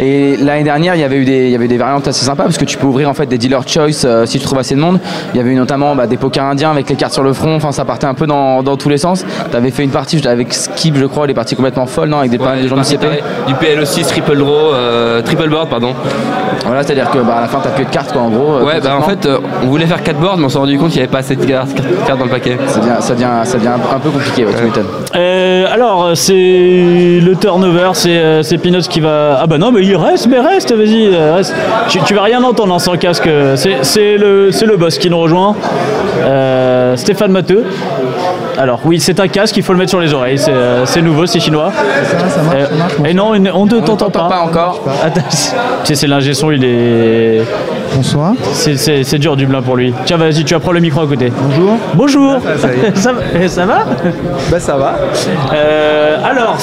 Et l'année dernière il y avait eu des, il y avait eu des variantes assez sympas parce que tu peux ouvrir en fait des dealer choice euh, si tu trouves assez de monde. Il y avait eu notamment bah, des pokers indiens avec les cartes sur le front, enfin ça partait un peu dans, dans tous les sens. T'avais fait une partie avec Skip je crois, les parties complètement folles non avec des, paris de gens de CP.
du PL6, triple draw, euh, triple board, pardon.
Voilà c'est à dire que bah, à la fin t'as plus de cartes quoi en gros. euh,
Ouais, bah en
concrètement.
fait, euh, on voulait faire quatre boards, mais on s'est rendu compte qu'il n'y avait pas assez de cartes cartes dans le paquet.
ça devient, ça devient, ça devient un peu compliqué ouais, tu m'étonnes.
Euh, alors, c'est le turnover, c'est euh, c'est Pinos qui va. Ah bah non, mais il reste, mais reste, vas-y, euh, reste. Tu, tu vas rien entendre hein, sans casque. C'est c'est le, c'est le boss qui nous rejoint, Euh, Stéphane Matteux. Alors, oui, c'est un casque, il faut le mettre sur les oreilles, c'est euh, c'est nouveau, c'est chinois. Euh, et non, une- on ne t'entend
t'entend
pas.
pas encore.
Attends, tu sais, c'est l'ingé son, il est.
Bonsoir.
C'est- C'est c'est dur Dublin pour lui. Tiens, vas-y, tu vas prendre le micro à côté.
Bonjour. Ah,
Bonjour
Ah,
ça y est.
Ça va- eh, ça va
Bah ça va.
Euh, alors,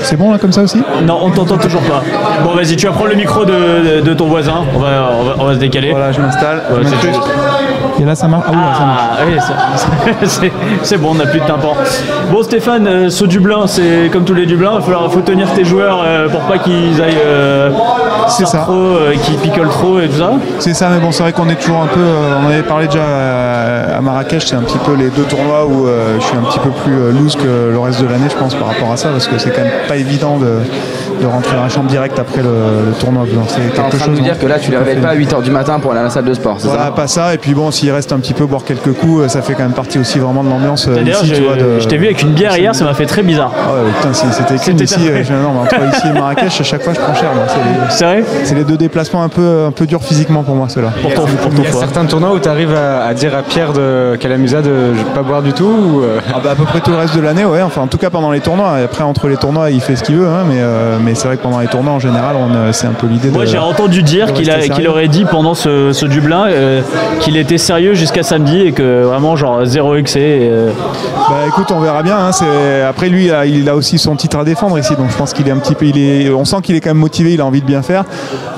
C'est bon là comme ça aussi
non, on t'entend toujours pas. Bon, vas-y, tu vas prendre le micro de, de ton voisin. On va, on va, on va se décaler.
Voilà, je m'installe.
Ouais,
je
c'est
m'incruste.
juste.
Et là ça marche. Ah, oui, là, ça marche.
Ah, oui, ça- c'est- c'est bon, on n'a plus de tympan. Bon, Stéphane, euh, ce Dublin, c'est comme tous les Dublins, il faut, faut tenir tes joueurs euh, pour pas qu'ils aillent. euh,
C'est
faire
ça.
Trop, euh, qu'ils picolent trop et tout ça.
C'est ça, mais bon, c'est vrai qu'on est toujours un peu. euh, on en avait parlé déjà euh, à Marrakech, c'est un petit peu les deux tournois où euh, je suis un petit peu plus euh, loose que le reste de l'année, je pense, par rapport à ça, parce que c'est quand même pas évident de, de rentrer à la chambre direct après le, le tournoi. Donc, C'est
T'es en
quelque
train de
chose,
nous dire
hein.
que là, tu les
Tout à
réveilles
fait.
pas à 8h du matin pour aller à la salle de sport, c'est
Voilà,
ça
pas ça. Et puis bon, s'il reste un petit peu, boire quelques coups, euh, ça fait quand même partie aussi vraiment de l'ambiance. euh,
D'ailleurs,
ici,
je,
tu vois, de-
je t'ai vu avec une bière hier, ça m'a fait très bizarre.
Ah ouais, putain, si c'était clean
C'était
ici,
un-
euh, je- non, mais entre ici et Marrakech, à chaque fois je prends cher. moi. C'est les-
C'est vrai
C'est les deux déplacements un peu, un peu durs physiquement pour moi, ceux-là.
Pour ton, pour ton
Il y a
foie.
certains tournois où tu arrives à, à dire à Pierre de Calamusa de je vais pas boire du tout ou euh,
Ah bah, à peu près tout le reste de l'année, ouais. Enfin, en tout cas pendant les tournois. Et après, entre les tournois, il fait ce qu'il veut. hein, mais euh, mais c'est vrai que pendant les tournois, en général, on, euh, c'est un peu l'idée
Moi
de.
j'ai entendu dire
de
qu'il,
rester
a- qu'il
sérieux.
aurait dit pendant ce, ce Dublin euh, qu'il était sérieux jusqu'à samedi et que vraiment genre zéro excès. et, euh,
Bah écoute, on verra bien. hein, c'est- Après, lui, il a- il a aussi son titre à défendre ici. Donc je pense qu'il est un petit peu. Il est... On sent qu'il est quand même motivé, il a envie de bien faire.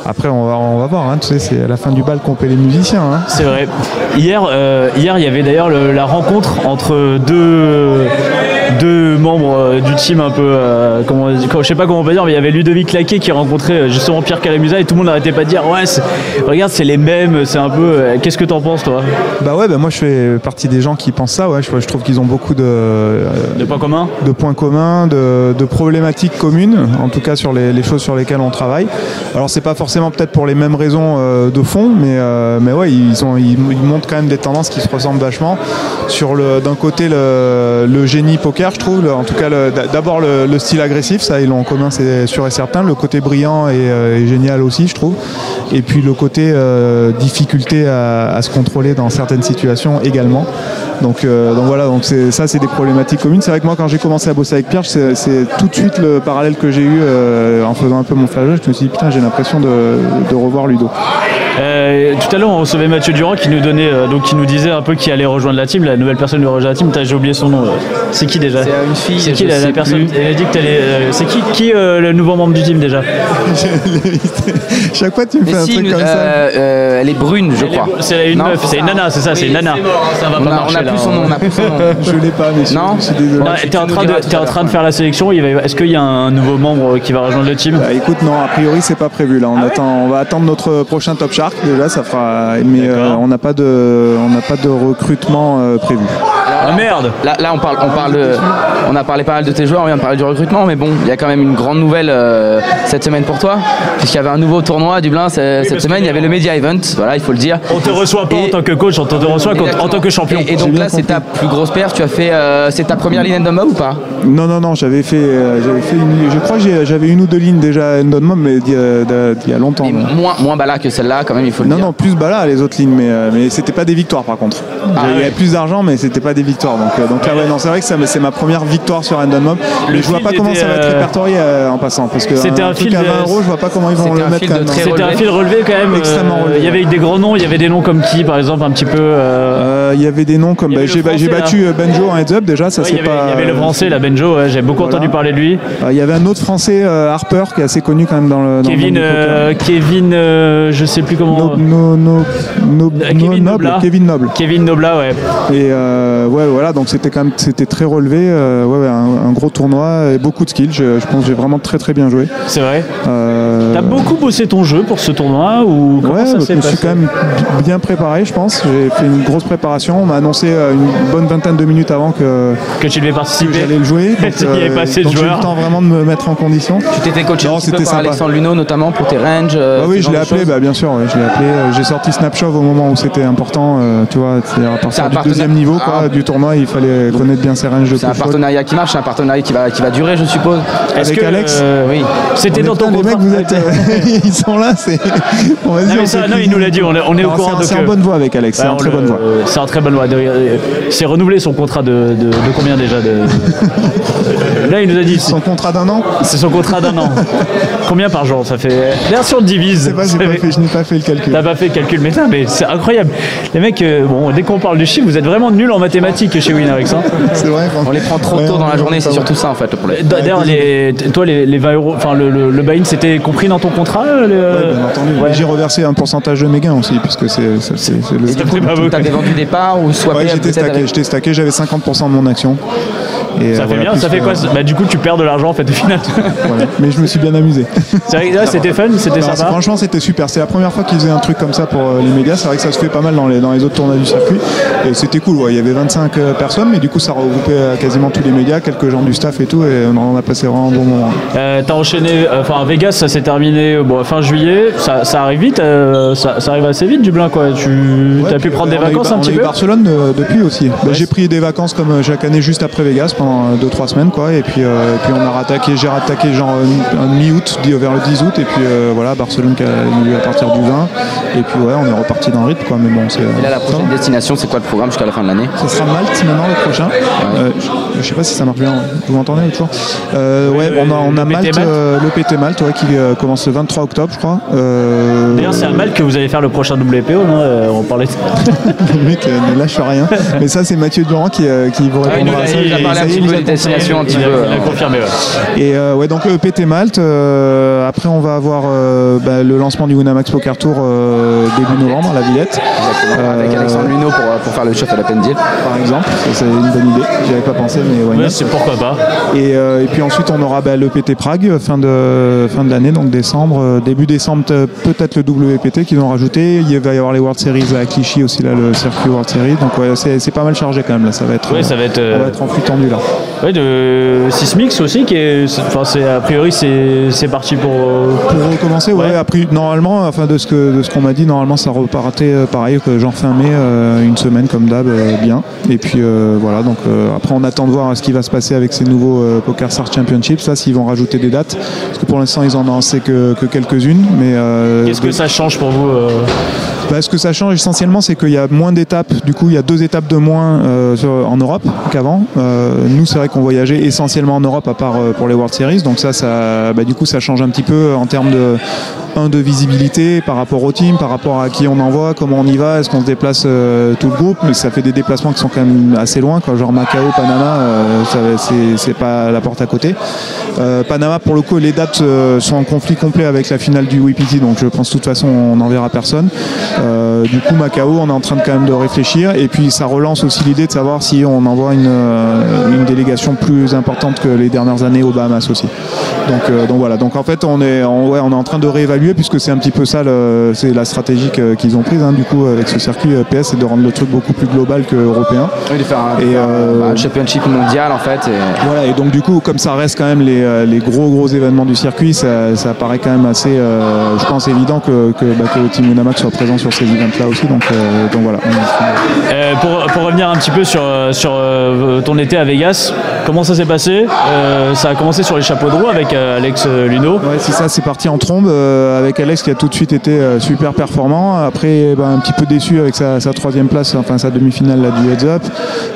Après, on va, on va voir. hein, Tu sais, c'est à la fin du bal qu'on paie les musiciens. hein.
C'est vrai. Hier, euh, hier, il y avait d'ailleurs le- la rencontre entre deux, deux membres euh, du team un peu, euh, comment, on dit- je sais pas comment on peut dire, mais il y avait Ludovic Laquet qui rencontrait euh, justement Pierre Calamusa et tout le monde n'arrêtait pas de dire ouais, c'est- regarde, c'est les mêmes, c'est un peu. euh, Qu'est-ce que t'en penses toi
Bah ouais, bah moi je fais partie des gens qui pensent ça. Ouais, je, je trouve qu'ils ont beaucoup de,
De points communs
de points communs, de, de problématiques communes, en tout cas sur les, les choses sur lesquelles on travaille. Alors c'est pas forcément peut-être pour les mêmes raisons euh, de fond, mais euh, mais ouais, ils ont ils, ils montrent quand même des tendances qui se ressemblent vachement. Sur le d'un côté le, le génie poker, je trouve, le- en tout cas le- d'a- d'abord le, le style agressif, ça ils l'ont en commun, c'est sûr et certain. Le côté brillant est, euh, est génial aussi, je trouve. Et puis le côté euh, difficulté à, à se contrôler dans certaines situations également. Donc, euh, donc voilà, donc c'est- ça c'est des problématiques communes. C'est vrai que moi quand j'ai commencé à bosser avec Pierre, c'est c'est tout de suite le parallèle que j'ai eu euh, en faisant un peu mon flashback. Je me suis dit putain j'ai l'impression de, de revoir Ludo.
Euh, tout à l'heure, on recevait Mathieu Durand qui nous donnait, euh, donc qui nous disait un peu qui allait rejoindre la team, la nouvelle personne de rejoindre la team. T'as- J'ai oublié son nom. euh. C'est qui déjà
C'est une fille,
C'est qui
je
la, la
sais
personne
plus.
Elle a dit que t'allais. euh, c'est qui, qui euh, le nouveau membre du team déjà
Je l'ai évité. Chaque fois tu me fais
Mais
un
si,
truc
nous-
comme ça.
euh, euh, elle est brune, je
Elle est
crois.
beau- C'est une
Non,
meuf, c'est une
ça.
nana, c'est ça, c'est une nana. ça va
On a, on a plus son nom, on a plus son nom.
Je l'ai pas, mais
Non.
je suis désolé.
Non, Bah, t'es en
nous
train de,
diras tout
t'es
à
en
l'heure,
train de
ouais.
faire la sélection. il va- Est-ce qu'il y a un nouveau membre euh, qui va rejoindre le team Ah
Bah, écoute, non, a priori c'est pas prévu là. On attend, on va attendre notre prochain Top Shark déjà. Ça fera, mais euh, on n'a pas de, on n'a pas de recrutement euh, prévu.
Ah merde
Là, là, on parle, on parle, de- on a parlé pas mal de tes joueurs, on vient de parler du recrutement, mais bon, il y a quand même une grande nouvelle euh, cette semaine pour toi, puisqu'il y avait un nouveau tournoi à Dublin ce- cette
parce
semaine.
que-
Il y avait le Media Event, voilà, il faut le dire.
On te reçoit pas en
Et-
tant que coach, on te reçoit quand- en
Exactement.
tant que champion.
Et, et donc là, c'est ta plus grosse perte. Tu as fait, euh, c'est ta première ligne Endoma ou pas
Non, non, non, j'avais fait, euh, j'avais fait une, je crois que j'ai- j'avais une ou deux lignes déjà à Endon Mob, mais d'il y a- d'il y, a longtemps.
Mais
là.
moins, moins bala que celle-là, quand même, il faut le
Non,
dire.
non, plus bala les autres lignes, mais, euh, mais c'était pas des victoires par contre.
Ah
Il y avait plus d'argent, mais c'était pas des victoires. Donc, euh, donc là, ouais, non, c'est vrai que ça me- c'est ma première victoire sur Endon Mob.
Le
Mais je vois
field
pas comment
était,
ça va être
euh,
répertorié euh, en passant, parce que
c'était un
truc
field,
à 20
euh,
euros, je vois pas comment ils vont
c'était
le
un
mettre
field
quand même.
de
hein.
très
C'était un
relevé.
fil relevé quand même.
Extrêmement
euh,
relevé,
Il y avait des grands noms, il y avait des noms comme qui par exemple un petit peu. euh,
Euh, Il y avait des noms comme
Il y
bah,
avait le
j'ai ba- j'ai
Français,
battu euh, Benjo en heads up déjà, ça
ouais,
c'est
il, y avait,
pas.
il y avait le français, la Benjo, ouais, j'ai beaucoup
Voilà.
entendu parler de lui.
Euh, Il y avait un autre français euh, Harper qui est assez connu quand même dans le. dans le monde
Kevin,
du poker.
euh, Kevin, euh, je sais plus comment.
No- no- no- no- no-
Euh, Kevin
Noble,
Nobla.
Kevin Noble.
Kevin Nobla, ouais.
Et euh, ouais, voilà, donc c'était quand même c'était très relevé, euh, ouais, ouais, un, un gros tournoi et beaucoup de skills. Je, je pense que j'ai vraiment très très bien joué.
C'est vrai.
Euh,
T'as beaucoup bossé ton jeu pour ce tournoi ou comment
Ouais,
ça
je
s'est
me suis
passé
quand même bi- bien préparé, je pense. J'ai fait une grosse préparation. On m'a annoncé euh, une bonne vingtaine de minutes avant que,
Que tu devais
que
participer.
j'allais le jouer. Donc, euh,
Il y avait pas assez de
donc j'ai eu
joueurs.
le temps vraiment de me mettre en condition.
Tu t'étais coaché
Non,
un petit peu
c'était
par
sympa.
Alexandre Luno, notamment pour tes ranges. euh,
Ah
ce
oui, je
genre
l'ai
de
appelé,
choses.
bah, bien sûr, ouais, je l'ai appelé. Euh, J'ai sorti Snapshot au moment où c'était important, euh, tu vois, c'est-à-dire à
C'est un
partir du
partenaire-
deuxième niveau quoi,
Ah.
du tournoi, il fallait connaître bien ses ranges de
C'est un
push shot.
partenariat qui marche, c'est un partenariat qui va, qui va durer, je suppose.
Avec Alex
euh,
Oui.
C'était
Mais
dans ton
putain, les
contrat.
mecs, vous êtes, euh, ils sont là, c'est. Bon, vas-y,
Non, mais
on
Ah
fait
ça, non, il
plaisir.
nous l'a dit, on est, on est au
Non,
courant
c'est un-
de
C'est
que-
en bonne voie avec Alex, c'est
Bah,
en
on
très
le-
bonne voie.
C'est en très bonne voie. De- C'est renouvelé son contrat de, de- de combien déjà de... Là, il nous a dit.
Son contrat d'un an
C'est son contrat d'un an. Combien par jour Ça fait. D'ailleurs, si on le divise.
Je sais pas, j'ai
ça
pas
fait-
fait- je n'ai pas fait le calcul.
T'as pas fait le calcul, mais, non, mais c'est incroyable. Les mecs, euh, bon, dès qu'on parle du chiffre, vous êtes vraiment nuls en mathématiques chez Winarix. hein.
C'est vrai. quand-
On les prend trop
Ouais,
tôt dans
on-
la journée, c'est surtout ça en fait le problème.
D'ailleurs, les, toi, les, les 20 euros, enfin, le, le, le buy-in, c'était compris dans ton contrat euh,
Ouais,
le-
bien entendu.
Ouais.
Et J'ai reversé un pourcentage de mes gains aussi, puisque c'est c'est- c'est- c'est le.
Ça fait pas beaucoup.
T'avais vendu des parts ou swappé
Ouais, j'étais
peut-être
stacké,
avec-
j'étais stacké, j'avais 50% de mon action. Et, euh,
Ça fait
voilà,
bien,
plus
ça fait
que-
quoi ce- Bah du coup tu perds de l'argent en fait au final.
Voilà. Mais je me suis bien amusé.
C'est vrai que, là, Ah, c'était fun, c'était
Non, c'est-
sympa.
franchement, c'était super. C'est la première fois qu'ils faisaient un truc comme ça pour euh, les médias. C'est vrai que ça se fait pas mal dans les, dans les autres tournages du circuit. Et c'était cool. ouais. Il y avait 25 euh, personnes, mais du coup, ça regroupait euh, quasiment tous les médias, quelques gens du staff et tout. Et on en a passé vraiment un bon moment.
Euh, T'as enchaîné, euh, enfin Vegas ça s'est terminé euh, bon, fin juillet, ça, ça arrive vite, euh, ça, ça arrive assez vite Dublin quoi. Tu
Ouais,
as pu
puis,
prendre des
on a eu-
vacances un
on a
petit
eu
peu
Barcelone euh, depuis aussi. Bah, J'ai pris des vacances comme euh, chaque année juste après Vegas pendant 2-3 semaines quoi. Et puis, euh, et puis on a rattaqué, j'ai rattaqué genre euh, un mi-août dix- vers le 10 août. Et puis euh, voilà, Barcelone qui a eu lieu à partir du 20. Et puis ouais, on est reparti dans le rythme quoi. Mais bon, c'est. euh,
Et là, la prochaine destination, c'est quoi le programme jusqu'à la fin de l'année
Ça sera Malte maintenant le prochain. Euh, je- je sais pas si ça marche bien. Vous m'entendez toujours Euh, Ouais, on a, on a
le PT
Malte,
Malte.
euh, le PT Malte ouais, qui euh, commence le 23 octobre, je crois. Euh,
D'ailleurs c'est à Malte que vous allez faire le prochain WPO, non Euh, on parlait de...
le mec euh, ne lâche rien. Mais ça, c'est Mathieu Durand qui, euh, qui
Ah,
vous
Ah, il nous l'a
répondra. à ça.
dit, il a parlé un petit peu
nous a
des destinations un petit
Il a-
peu,
il a
euh,
confirmé ouais.
Et euh, ouais, donc le PT Malte. euh, après, on va avoir euh, bah, le lancement du Winamax Poker Tour euh, début novembre à la Villette.
Exactement. Avec
Euh,
Alexandre Luneau pour, euh, pour faire le chef à la peine deal.
par exemple. Ça, c'est une bonne idée. J'y avais pas pensé, mais why
Ouais,
not.
c'est pourquoi pas.
Et, euh, et puis ensuite, on aura bah, le PT Prague fin de, fin de l'année, donc décembre, euh, début décembre, euh, peut-être le WPT qu'ils vont rajouter. Il va y avoir les World Series à Clichy aussi, là, le circuit World Series. Donc ouais, c'est c'est pas mal chargé quand même, là. Ça va être,
Ouais,
euh,
ça va être, euh,
on va être en flux tendu, là.
Ouais, de Sismix aussi qui est, c'est- enfin c'est a priori c'est c'est parti pour. euh,
Pour recommencer, ouais,
Ouais.
après, normalement, enfin, de ce que de ce qu'on m'a dit, normalement, ça repartait euh, pareil, que genre fin mai, euh, une semaine comme d'hab, euh, bien. Et puis euh, voilà, donc euh, après, on attend de voir euh, ce qui va se passer avec ces nouveaux euh, Poker Stars Championships, là, s'ils vont rajouter des dates, parce que pour l'instant, ils en ont annoncé que, que quelques-unes, mais euh,
Qu'est-ce que
des-
ça change pour vous euh
bah, ce que ça change essentiellement, c'est qu'il y a moins d'étapes. Du coup, il y a deux étapes de moins euh, sur- en Europe qu'avant. Euh, nous, c'est vrai qu'on voyageait essentiellement en Europe, à part euh, pour les World Series. Donc ça, ça, bah, du coup, ça change un petit peu en termes de un de visibilité par rapport au team, par rapport à qui on envoie, comment on y va, est-ce qu'on se déplace euh, tout le groupe. Mais ça fait des déplacements qui sont quand même assez loin, quoi, genre Macao, Panama, euh, ça, c'est- c'est pas à la porte à côté. Euh, Panama, pour le coup, les dates euh, sont en conflit complet avec la finale du WPT, donc je pense de toute façon on n'en verra personne. Euh, du coup, Macao, on est en train de quand même de réfléchir. Et puis, ça relance aussi l'idée de savoir si on envoie une, euh, une délégation plus importante que les dernières années aux Bahamas aussi. Donc, euh, donc voilà. Donc en fait, on est, on, ouais, on est en train de réévaluer puisque c'est un petit peu ça, le- c'est la stratégie que- qu'ils ont prise. hein, du coup, avec ce circuit euh, PS, c'est de rendre le truc beaucoup plus global que européen.
Oui, de faire un,
Et, euh,
bah, un championship mondial en fait. et-
Voilà, et donc du coup, comme ça reste quand même les, euh, les gros gros événements du circuit, ça, ça paraît quand même assez, euh, je pense, évident que, que, bah, que le Team Winamax soit présent sur ces events-là aussi. Donc, euh, donc voilà. On est en train de-
Euh, pour, pour revenir un petit peu sur, euh, sur euh, ton été à Vegas, comment ça s'est passé Euh, Ça a commencé sur les chapeaux de roue avec euh, Alex euh, Luno.
Ouais, c'est ça, c'est parti en trombe euh, avec Alex qui a tout de suite été euh, super performant. Après, ben, un petit peu déçu avec sa, sa troisième place, enfin sa demi-finale là, du Heads Up.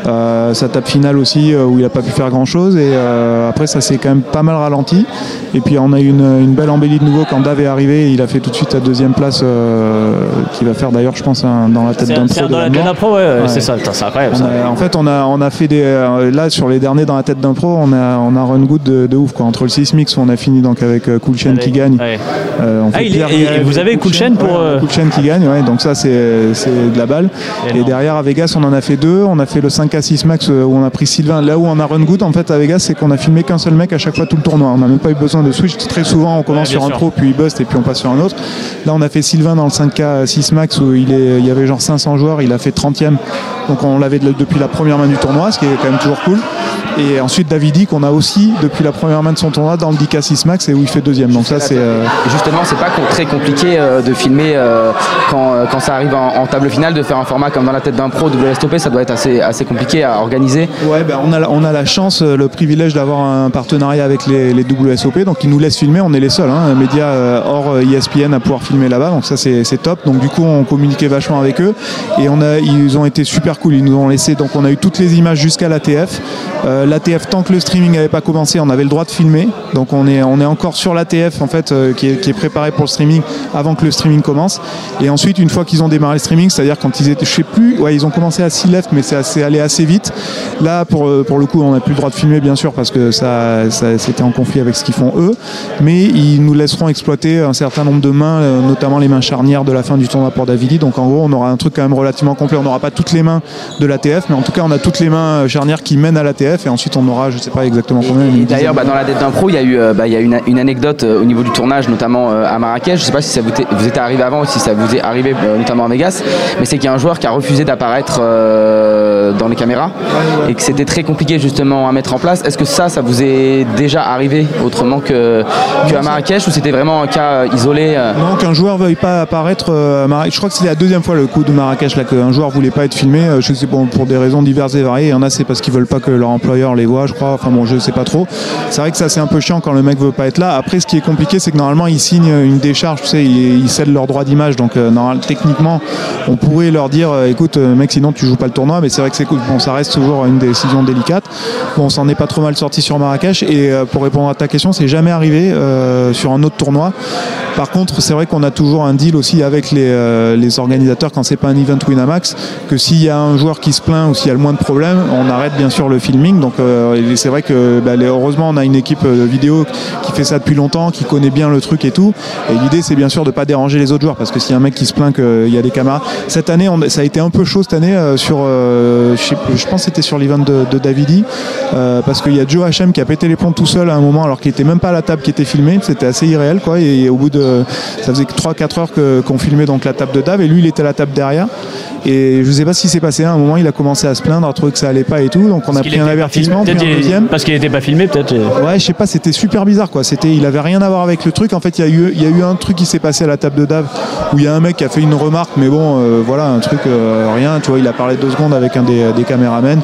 Euh, sa tape finale aussi euh, où il n'a pas pu faire grand-chose. Et euh, après, ça s'est quand même pas mal ralenti. Et puis, on a eu une, une belle embellie de nouveau quand Dave est arrivé. Il a fait tout de suite la deuxième place euh, qui va faire d'ailleurs, je pense, un- dans la tête
C'est
d'un
c'est
pro.
dans la
de
tête d'un pro, ouais, ouais,
Ouais.
c'est ça, Putain, c'est incroyable ça.
on a- en fait, on a, on a fait des. euh, Là, sur les derniers dans la tête d'un pro, on a, on a run good de, de ouf. Quoi. Entre le 6 mix, où on a fini donc avec euh, Cool Chain
Avec-
qui gagne.
ouais.
Euh, on
Ah,
fait
il est-
Pierre
et-
Rial
et vous avez Cool Chain pour,
Ouais, on a
euh,
Cool Chain qui gagne, ouais, donc ça, c'est c'est de la balle. Et,
Énorme.
derrière, à Vegas, on en a fait deux. On a fait le 5 à 6 max euh, où on a pris Sylvain. Là où on a run good, en fait, à Vegas, c'est qu'on a filmé qu'un seul mec à chaque fois tout le tournoi. On n'a même pas eu besoin de switch. Très souvent, on commence
Ouais, bien
sur un
sûr.
pro, puis il bust, et puis on passe sur un autre. Là, on a fait Sylvain dans le 5 à 6 max où il, est, il y avait genre 500 joueurs. Il a fait 30e. Donc, on l'avait de- depuis la première main du tournoi, ce qui est quand même toujours cool. Et ensuite, Davidi, qu'on a aussi depuis la première main de son tournoi dans le 10 à 6 max et où il fait deuxième. Donc, ça, c'est. euh,
Et Justement, c'est pas com- très compliqué euh, de filmer euh, quand, euh, quand ça arrive en, en table finale, de faire un format comme dans la tête d'un pro WSTP, ça doit être assez, assez compliqué à organiser.
Ouais, ben on, a, la- on a la chance, euh, le privilège d'avoir un partenariat avec les, les WSOP, donc ils nous laissent filmer, on est les seuls, hein, médias euh, hors euh, ESPN à pouvoir filmer là-bas, donc ça c'est c'est top. Donc du coup, on communiquait vachement avec eux et on a, ils ont été super cool, ils nous ont laissé, donc on a eu toutes les images jusqu'à l'ATF. Euh, L'ATF, tant que le streaming n'avait pas commencé, on avait le droit de filmer, donc on est, on est encore sur l'ATF en fait, euh, qui, est, qui est préparé pour le streaming avant que le streaming commence. Et ensuite, une fois qu'ils ont démarré le streaming, c'est-à-dire quand ils étaient, je sais plus, ouais, ils ont commencé à 6 left, mais c'est assez- allé assez vite. Là, pour, euh, pour le coup, on n'a plus le droit de filmer, bien sûr, parce que ça, ça- c'était en conflit avec ce qu'ils font eux. Mais ils nous laisseront exploiter un certain nombre de mains, euh, notamment les mains charnières de la fin du tournoi pour Davidi. Donc, en gros, on aura un truc quand même relativement complet. On n'aura pas toutes les mains de l'ATF, mais en tout cas, on a toutes les mains euh, charnières qui mènent à l'ATF et ensuite on aura, je sais pas exactement combien.
Et
une
d'ailleurs,
dizaine
bah, dans la dette d'impro, il y a eu, euh, bah, il y a eu une, une anecdote euh, au niveau du tournage, notamment euh, à Marrakech. Je sais pas si ça vous, t'est- vous était arrivé avant ou si ça vous est arrivé euh, notamment à Vegas, mais c'est qu'il y a un joueur qui a refusé d'apparaître euh, dans les caméras et que c'était très compliqué justement à mettre en place. Est-ce que ça, ça vous est déjà arrivé autrement que, que à Marrakech ou c'était vraiment un cas euh, isolé euh,
Non, qu'un joueur veuille pas apparaître euh, à Marrakech. Je crois que c'était la deuxième fois le coup de Marrakech là qu'un joueur voulait pas être filmé. Euh, Je sais bon, pour des raisons diverses et variées. Il y en a c'est parce qu'ils veulent pas que leur employeur les voit, je crois. Enfin bon, je sais pas trop. C'est vrai que ça c'est un peu chiant quand le mec veut pas être là. Après, ce qui est compliqué, c'est que normalement ils signent une décharge. Tu sais, ils, ils cèdent leur droit d'image. Donc euh, normal- techniquement, on pourrait leur dire, euh, écoute, euh, mec, sinon tu joues pas le tournoi. Mais c'est vrai que c'est cool. Bon, ça reste toujours une décision délicate. Bon, on s'en est pas trop mal sorti sur Marrakech. Et euh, pour répondre à ta question, c'est jamais arrivé euh, sur un autre tournoi. Par contre, c'est vrai qu'on a toujours un deal aussi avec les, euh, les organisateurs quand c'est pas un event Winamax, que s'il y a un joueur qui se plaint ou s'il y a le moins de problèmes, on arrête bien sûr le filming. Donc euh, et c'est vrai que bah, les- heureusement on a une équipe euh, vidéo qui fait ça depuis longtemps, qui connaît bien le truc et tout. Et l'idée c'est bien sûr de pas déranger les autres joueurs parce que s'il y a un mec qui se plaint qu'il y a des caméras. Cette année, on, ça a été un peu chaud cette année euh, sur, euh, je, sais plus, je pense que c'était sur l'event de, de Davidi euh, parce qu'il y a Joe Hachem qui a pété les plombs tout seul à un moment alors qu'il était même pas à la table qui était filmée. C'était assez irréel quoi. Et, au bout de, ça faisait 3-4 heures que- qu'on filmait donc la table de Dave et lui il était à la table derrière. Et je sais pas ce qui s'est passé. À un moment, il a commencé à se plaindre, à trouver que ça allait pas et tout. Donc on a
Parce qu'il
pris un
était pas
avertissement,
filmé.
puis un
Peut-être il-
deuxième.
Parce qu'il n'était pas filmé, peut-être. et-
Ouais, je sais pas, c'était super bizarre quoi. C'était, il avait rien à voir avec le truc. En fait, il y a eu, il y a eu un truc qui s'est passé à la table de Dave où il y a un mec qui a fait une remarque, mais bon, euh, voilà, un truc euh, rien. Tu vois, il a parlé deux secondes avec un des, des caméramans.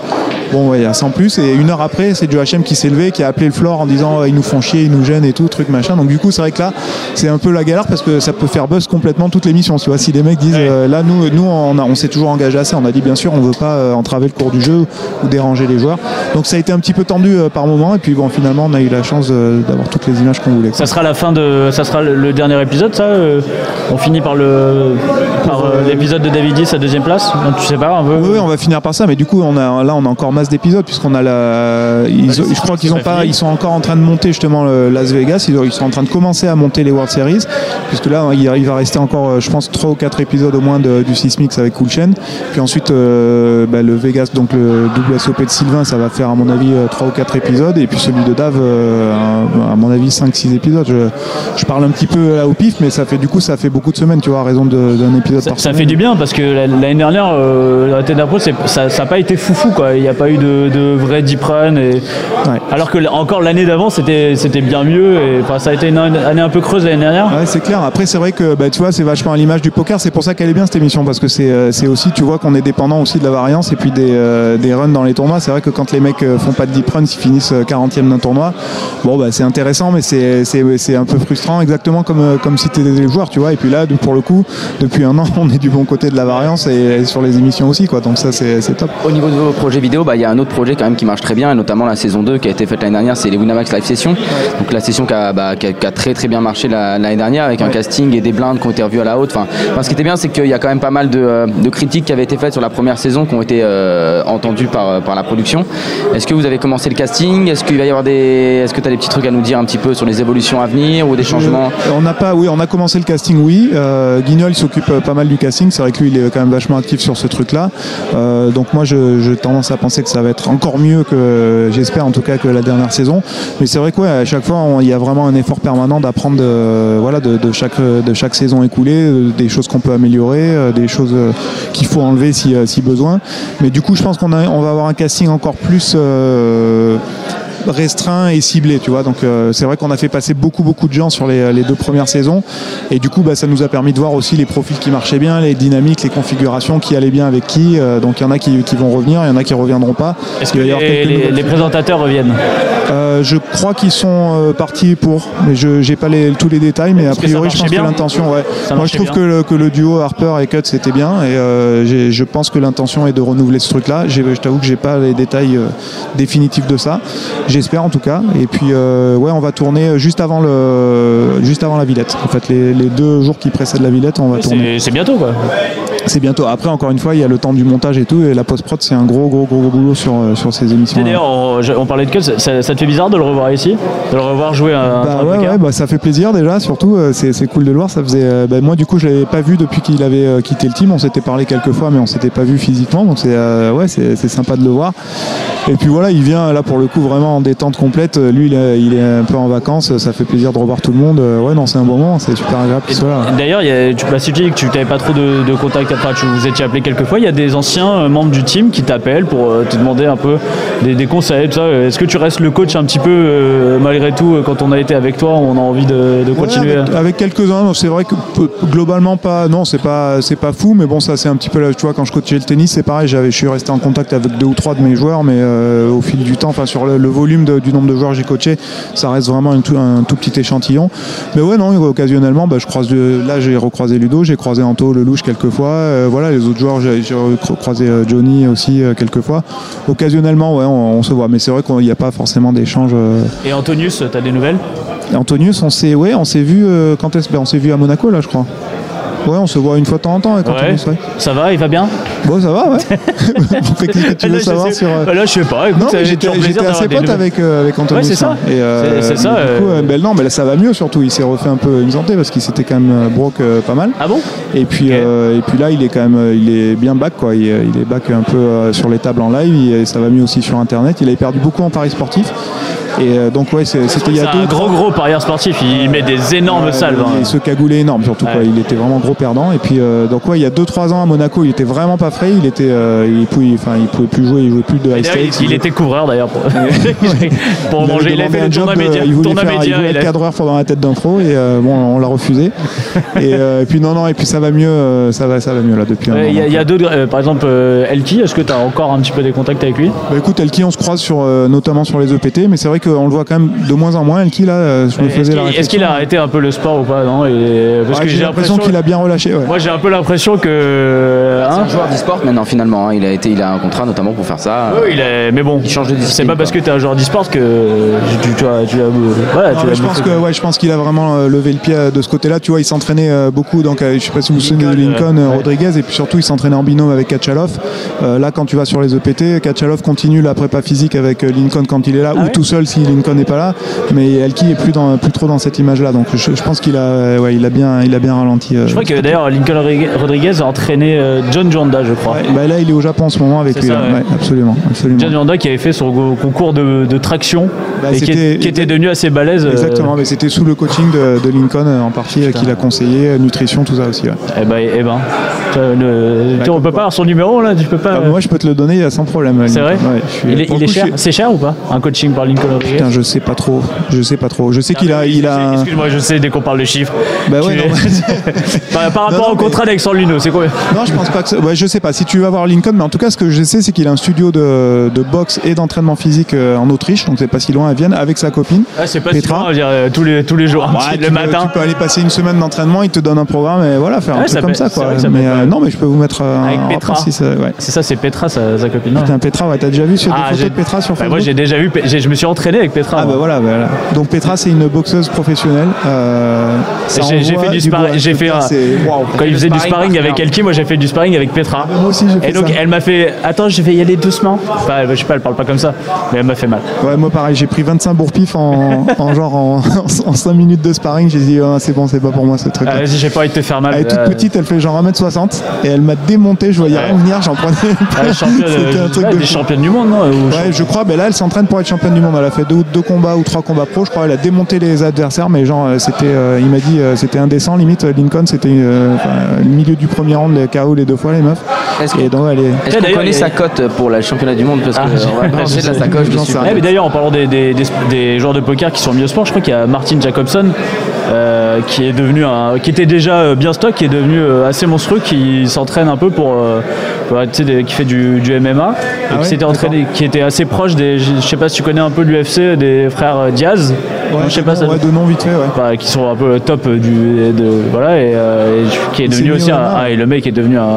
Bon, ouais, sans plus. Et une heure après, c'est Joachim qui s'est levé, qui a appelé le floor en disant euh, ils nous font chier, ils nous gênent et tout, truc machin. Donc du coup, c'est vrai que là, c'est un peu la galère parce que ça peut faire buzz complètement toute l'émission. Tu vois, si les mecs disent euh, là, nous, nous, on, a- on s'est toujours engagé à ça. On a dit bien sûr, on veut pas euh, entraver le cours du jeu ou déranger les joueurs. Donc ça a été un petit peu tendu euh, par moment. Et puis bon, finalement, on a eu la chance euh, d'avoir toutes les images qu'on voulait. quoi.
Ça sera la fin de. Ça sera le- le dernier épisode, ça euh, On finit par le par euh, l'épisode de Davidi, sa deuxième place Donc, Tu sais pas, un peu
Oui, oui, on va finir par ça, mais du coup, on a, là, on a encore masse d'épisodes, puisqu'on a la. ils-
Bah, c'est-
je crois qu'ils
c'est
ont
pas
pas.
fini.
Ils sont encore en train de monter justement le Las Vegas. Ils, ils sont en train de commencer à monter les World Series, puisque là, il, il va rester encore, euh, je pense, trois ou quatre épisodes au moins de- du Sismix avec Cool Chain. Puis ensuite, euh, bah, le Vegas, donc le WSOP de Sylvain, ça va faire, à mon avis, euh, trois ou quatre épisodes. Et puis celui de Dave, euh, un- à mon avis, 5-6 épisodes. Je, je parle un petit peu là au pif, mais ça fait du coup, ça fait beaucoup de semaines, tu vois, à raison de- d'un épisode
Ça,
par
ça
semaine.
fait du bien parce que la- l'année dernière, euh, la tête d'impôt, c'est- ça n'a pas été foufou quoi. Il n'y a pas eu de, de vrai deep run. Et... Alors que l- encore l'année d'avant, c'était c'était bien mieux. Et, enfin, ça a été une an- année un peu creuse l'année dernière.
Ouais, c'est clair. Après, c'est vrai que bah, tu vois, c'est vachement à l'image du poker. C'est pour ça qu'elle est bien cette émission parce que c'est euh, c'est aussi, tu vois, qu'on est dépendant aussi de la variance et puis des, euh, des runs dans les tournois. C'est vrai que quand les mecs euh, font pas de deep runs, ils finissent euh, 40e d'un tournoi. Bon, bah, c'est intéressant, mais c'est c'est c'est un peu frustrant, exactement comme euh, comme si t'étais des joueurs, tu vois. Et puis là, de- pour le coup, depuis un an, on est du bon côté de la variance et, et sur les émissions aussi, quoi. Donc ça, c'est c'est top.
Au niveau de vos projets vidéo, bah, il y a un autre projet quand même qui marche très bien, et notamment la saison 2 qui a été faite l'année dernière, c'est les Winamax Live Sessions. Donc la session qui a, bah, qui a- qui a très très bien marché la- l'année dernière avec un casting et des blindes qui ont été revues à la haute. Enfin, enfin, ce qui était bien, c'est qu'il y a quand même pas mal de, euh, de critiques qui avaient été faites sur la première saison qui ont été euh, entendues par, euh, par la production. Est-ce que vous avez commencé le casting Est-ce qu'il va y avoir des. Est-ce que tu as des petits trucs à nous dire un petit peu sur les évolutions à venir ou des changements
Euh, On n'a pas, oui, on a commencé le casting, oui. Euh, Guignol il s'occupe euh, pas mal du casting. C'est vrai que lui, il est quand même vachement actif sur ce truc-là. Euh, donc moi, je- j'ai tendance à penser que ça va être encore mieux que, j'espère en tout cas, que la dernière saison. Mais c'est vrai que ouais, à chaque fois, on- il y a vraiment un effort permanent d'apprendre, de- voilà, de, de chaque de chaque saison écoulée, euh, des choses qu'on peut améliorer, euh, des choses euh, qu'il faut enlever si, euh, si besoin. Mais du coup, je pense qu'on a- on va avoir un casting encore plus. euh, restreint et ciblé, tu vois. Donc euh, c'est vrai qu'on a fait passer beaucoup beaucoup de gens sur les, les deux premières saisons et du coup bah, ça nous a permis de voir aussi les profils qui marchaient bien, les dynamiques, les configurations qui allaient bien avec qui. Euh, donc il y en a qui, qui vont revenir, il y en a qui reviendront pas.
Est-ce
Il
que
va y avoir
les,
quelques
les-
nouvelles
les présentateurs reviennent
euh, je crois qu'ils sont euh, partis pour, mais je j'ai pas les- tous les détails, mais a
que ça
priori je pense
marchait bien
que l'intention, ouais.
Ça
Moi je
marchait
trouve
bien.
que le, que le duo Harper et Cut c'était bien, et euh, j'ai- je pense que l'intention est de renouveler ce truc-là. J'ai- Je t'avoue que j'ai pas les détails euh, définitifs de ça. J'espère en tout cas. Et puis euh, ouais, on va tourner juste avant le, juste avant la Villette. En fait, les, les deux jours qui précèdent la Villette, on va tourner.
C'est c'est bientôt quoi.
C'est bientôt. Après, encore une fois, il y a le temps du montage et tout. Et la post-prod, c'est un gros, gros, gros, gros boulot sur, euh, sur ces
Tu sais,
émissions.
D'ailleurs, on, je- on parlait de Cup, ça, ça- ça te fait bizarre de le revoir ici De le revoir jouer à un
Bah
truc
ouais,
de
ouais, bah ça fait plaisir déjà, surtout euh, c'est c'est cool de le voir. Ça faisait, euh, bah, moi du coup je l'avais pas vu depuis qu'il avait euh, quitté le team. On s'était parlé quelques fois, mais on s'était pas vu physiquement, donc c'est euh, ouais c'est c'est sympa de le voir. Et puis voilà, il vient là pour le coup vraiment en détente complète. Euh, Lui il, est- il est un peu en vacances, ça fait plaisir de revoir tout le monde. Euh, Ouais non c'est un bon moment, c'est super agréable qu'il soit là.
D'ailleurs, il y a- tu m'as dit que tu n'avais pas trop de, de contact, enfin, tu vous étiez appelé quelques fois. Il y a des anciens euh, membres du team qui t'appellent pour euh, te demander un peu des, des conseils. tout ça. Euh, Est-ce que tu restes le coach un petit peu euh, malgré tout euh, Quand on a été avec toi, on a envie de, de
Ouais,
continuer
avec,
à-
avec quelques-uns, donc c'est vrai que peu- globalement pas, non c'est pas c'est pas fou, mais bon ça c'est un petit peu là, tu vois quand je coachais le tennis c'est pareil, j'avais je suis resté en contact avec deux ou trois de mes joueurs, mais euh, au fil du temps, enfin sur le, le volume de- du nombre de joueurs que j'ai coaché, ça reste vraiment un tout, un tout petit échantillon. Mais ouais non occasionnellement, bah, je croise de- là j'ai recroisé Ludo, j'ai croisé Anto, Lelouch quelques fois, euh, voilà les autres joueurs j'ai j'ai recro- croisé euh, Johnny aussi euh, quelques fois. Occasionnellement ouais on, on se voit, mais c'est vrai qu'il n'y a pas forcément d'échange. euh,
Et Antonius, t'as des nouvelles
Antonius, on s'est ouais, on s'est vu euh, quand est-ce ben, on s'est vu à Monaco là, je crois. Ouais, on se voit une fois de temps en temps avec Ah, Antonius, ouais.
Ça va, il va bien
Bon, ça va, ouais. Qu'est-ce que tu
Là,
veux
je
savoir
sais-
sur euh,
Bah Là, je sais pas. Écoute,
non,
ça-
mais
j'ai
j'étais
toujours plaisir
j'étais
d'avoir
assez
des
pote
nouvelles.
avec, euh, avec Anthony.
Ouais, c'est ça.
Et, euh,
C'est- c'est ça,
Du coup,
euh.
euh, ben non, mais là, ça va mieux surtout. Il s'est refait un peu une santé parce qu'il s'était quand même euh, broc euh, pas mal.
Ah bon
Et puis,
Ok.
euh, et puis là, il est quand même, euh, il est bien back quoi. Il, euh, il est back un peu euh, sur les tables en live. Il- euh, ça va mieux aussi sur internet. Il avait perdu beaucoup en paris sportif. Et euh, donc ouais, c'est- c'était il y
C'est
a deux
un
ou
gros, gros parieur sportif. Il met des énormes
Ouais,
salves. hein.
Il se cagoulait énorme surtout quoi.
Ouais.
Il était vraiment gros perdant. Et puis euh, donc ouais, il y a 2-3 ans à Monaco, il était vraiment pas frais. Il était, euh, il pouvait, enfin, il pouvait plus jouer. Il jouait plus de
Et
high
d'ailleurs,
stakes.
il, il était couvreur d'ailleurs pour, pour
avait
manger. Il a
demandé
fait
un
le
job,
tournoi
euh,
média.
il voulait
tournoi
faire- il
média,
voulait
il
être
a-
cadreur pendant la tête d'un pro et euh, bon, on l'a refusé. et, euh, et puis non, non, et puis ça va mieux, euh, ça va, ça va mieux là depuis. un
Ouais, Il y, a-
moment.
il y a d'autres, euh, par exemple euh, Elki, est-ce que tu as encore un petit peu des contacts avec lui
Bah écoute, Elki, on se croise sur, euh, notamment sur les EPT, mais c'est vrai qu'on le voit quand même de moins en moins. Elki là, euh, je me
Est-ce
faisais
qu'il,
la
est-ce qu'il a arrêté un peu le sport ou pas non Et- euh, Parce
réflexion. Ouais,
que
j'ai l'impression qu'il a bien relâché. ouais.
Moi j'ai un peu l'impression que.
C'est
hein
un joueur d'e-sport maintenant, finalement. hein. Il, a été, il a un contrat notamment pour faire ça.
Ouais, il est- Mais bon,
Il change de
c'est
discipline,
pas parce que
quoi.
tu es un joueur d'e-sport que euh, tu, tu as- tu as- voilà,
Non,
tu
mais
as
je pense
bouffé.
que ouais, je pense qu'il a vraiment euh, levé le pied euh, de ce côté-là. Tu vois, il s'entraînait euh, beaucoup. Donc, euh, je sais pas si vous vous souvenez de
Lincoln,
Lincoln
euh,
euh,
ouais.
Rodriguez, et puis surtout, il s'entraînait en binôme avec Kachalov. Euh, là, quand tu vas sur les EPT, Kachalov continue la prépa physique avec euh, Lincoln quand il est là, ou
Ah ouais
tout seul si Lincoln n'est pas là. Mais Elki est plus dans, plus trop dans cette image-là. Donc, je, je pense qu'il a, euh, ouais, il a bien, il a bien ralenti. euh.
Je crois que d'ailleurs Lincoln Rodriguez a entraîné euh, John Jonda, je crois.
Ouais, bah, là, il est au Japon en ce moment avec
C'est
lui.
ça,
là.
ouais.
Ouais, absolument, absolument.
John Jonda qui avait fait son go- concours de, de traction
Bah,
et qui, est-
c'était-
qui était devenu assez balèze. euh,
Exactement, mais c'était sous le coaching de, de Lincoln euh, en partie euh, qu'il a conseillé, euh, nutrition, tout ça aussi. ouais.
Eh ben, eh ben. Tu vois, le- tu vois, on peut
comme
pas
quoi.
avoir son numéro là, tu peux pas.
Ah, moi, je peux te le donner euh, sans problème.
C'est vrai
Lincoln. Ouais, je suis-
Il est,
pour
il
le
est
coup, je
cher.
suis-
C'est cher ou pas Un coaching par Lincoln Rodriguez
Putain, je sais pas trop. Je sais pas trop. Je sais qu'il a, il a. un-
Excuse-moi, Ah, je sais dès qu'on parle de chiffres.
Bah ouais,
tu
non,
es- par, par
Non,
rapport
non,
au
mais-
contrat d'Alexandre Luno, c'est quoi
Non, je pense pas que. ça- Ouais, je sais pas. Si tu vas voir Lincoln, mais en tout cas, ce que je sais, c'est qu'il a un studio de, de boxe et d'entraînement physique euh, en Autriche, donc c'est pas si loin à Vienne, avec sa copine.
Ah, C'est pas si
Petra.
loin, je veux dire, euh, tous les tous les jours,
Ouais, tu
le
peux-
matin. Ah
tu peux aller passer une semaine d'entraînement, il te donne un programme et voilà, faire
Ouais,
un
ça
truc comme
peut-
ça,
c'est
quoi.
vrai que ça peut
mais
être-
euh, non, mais je peux vous mettre euh,
Avec
un
Petra.
rapport si ça- ouais.
C'est ça, c'est Petra, sa, sa copine. non
Putain, Petra, ouais, t'as déjà vu sur des
Ah,
photos
j'ai-
de Petra sur
Bah,
Facebook
moi, j'ai déjà vu. Pe- j'ai- Je me suis entraîné avec Petra.
Ah
moi.
bah voilà, voilà. Donc Petra c'est une boxeuse professionnelle. Euh, ça
Et j'ai- j'ai
envoie
fait du
bois.
sparring. J'ai fait
Putain,
un-
c'est- waouh.
Quand il faisait du
sparring
sparring avec
partner.
Elki, moi j'ai fait du sparring avec Petra.
Moi aussi j'ai
Et
fait
donc
ça.
elle m'a fait attends je vais y aller doucement. Enfin, Bah, je sais pas elle parle pas comme ça mais elle m'a fait mal.
Ouais, moi pareil, j'ai pris 25 bourpifs en, en genre en, 5 minutes de sparring. J'ai dit Ah, c'est bon, c'est pas pour moi ce truc.
Ah, Vas-y j'ai pas envie de te faire mal.
Elle est toute
Euh,
petite, elle fait genre 1m60 et elle m'a démonté, je voyais rien venir, j'en prenais.
ah,
pas.
championne,
C'était
euh,
un truc
ouais,
de
des
fou.
championnes du monde non Ou
Ouais, je crois, ben là elle s'entraîne pour être championne du monde. Elle a fait deux, deux combats ou trois combats pro, je crois. Elle a démonté les adversaires, mais genre euh, c'était, euh, il m'a dit euh, c'était indécent limite. euh, Lincoln, c'était euh, enfin, le milieu du premier round, les KO les deux fois les meufs.
Est-ce
Et
qu'on-
donc elle est.
Est-ce qu'on
D'ailleurs,
connaît
il y a-
sa cote pour le championnat du monde Parce
Ah,
qu'on
je-
va brancher de la sacoche
j'en sais
dessus.
rien.
Ouais, Eh, mais d'ailleurs, en parlant des, des- des- des joueurs de poker qui sont mis au sport, je crois qu'il y a Martin Jacobson euh, qui est devenu un, qui était déjà euh, bien stock, qui est devenu euh, assez monstrueux, qui s'entraîne un peu pour, euh, pour, tu sais, des- qui fait du, du MMA, et qui
Ah ouais,
s'était entraîné, qui était assez proche des, je je sais pas si tu connais un peu l'UFC des frères euh, Diaz.
Ouais,
je sais pas, ça-
ouais, de nom vite fait, ouais.
enfin, qui sont un peu top du de, voilà et, euh, et qui est
Il s'est
devenu
mis
aussi
au
un,
MMA.
ah, et le mec est devenu un, un- un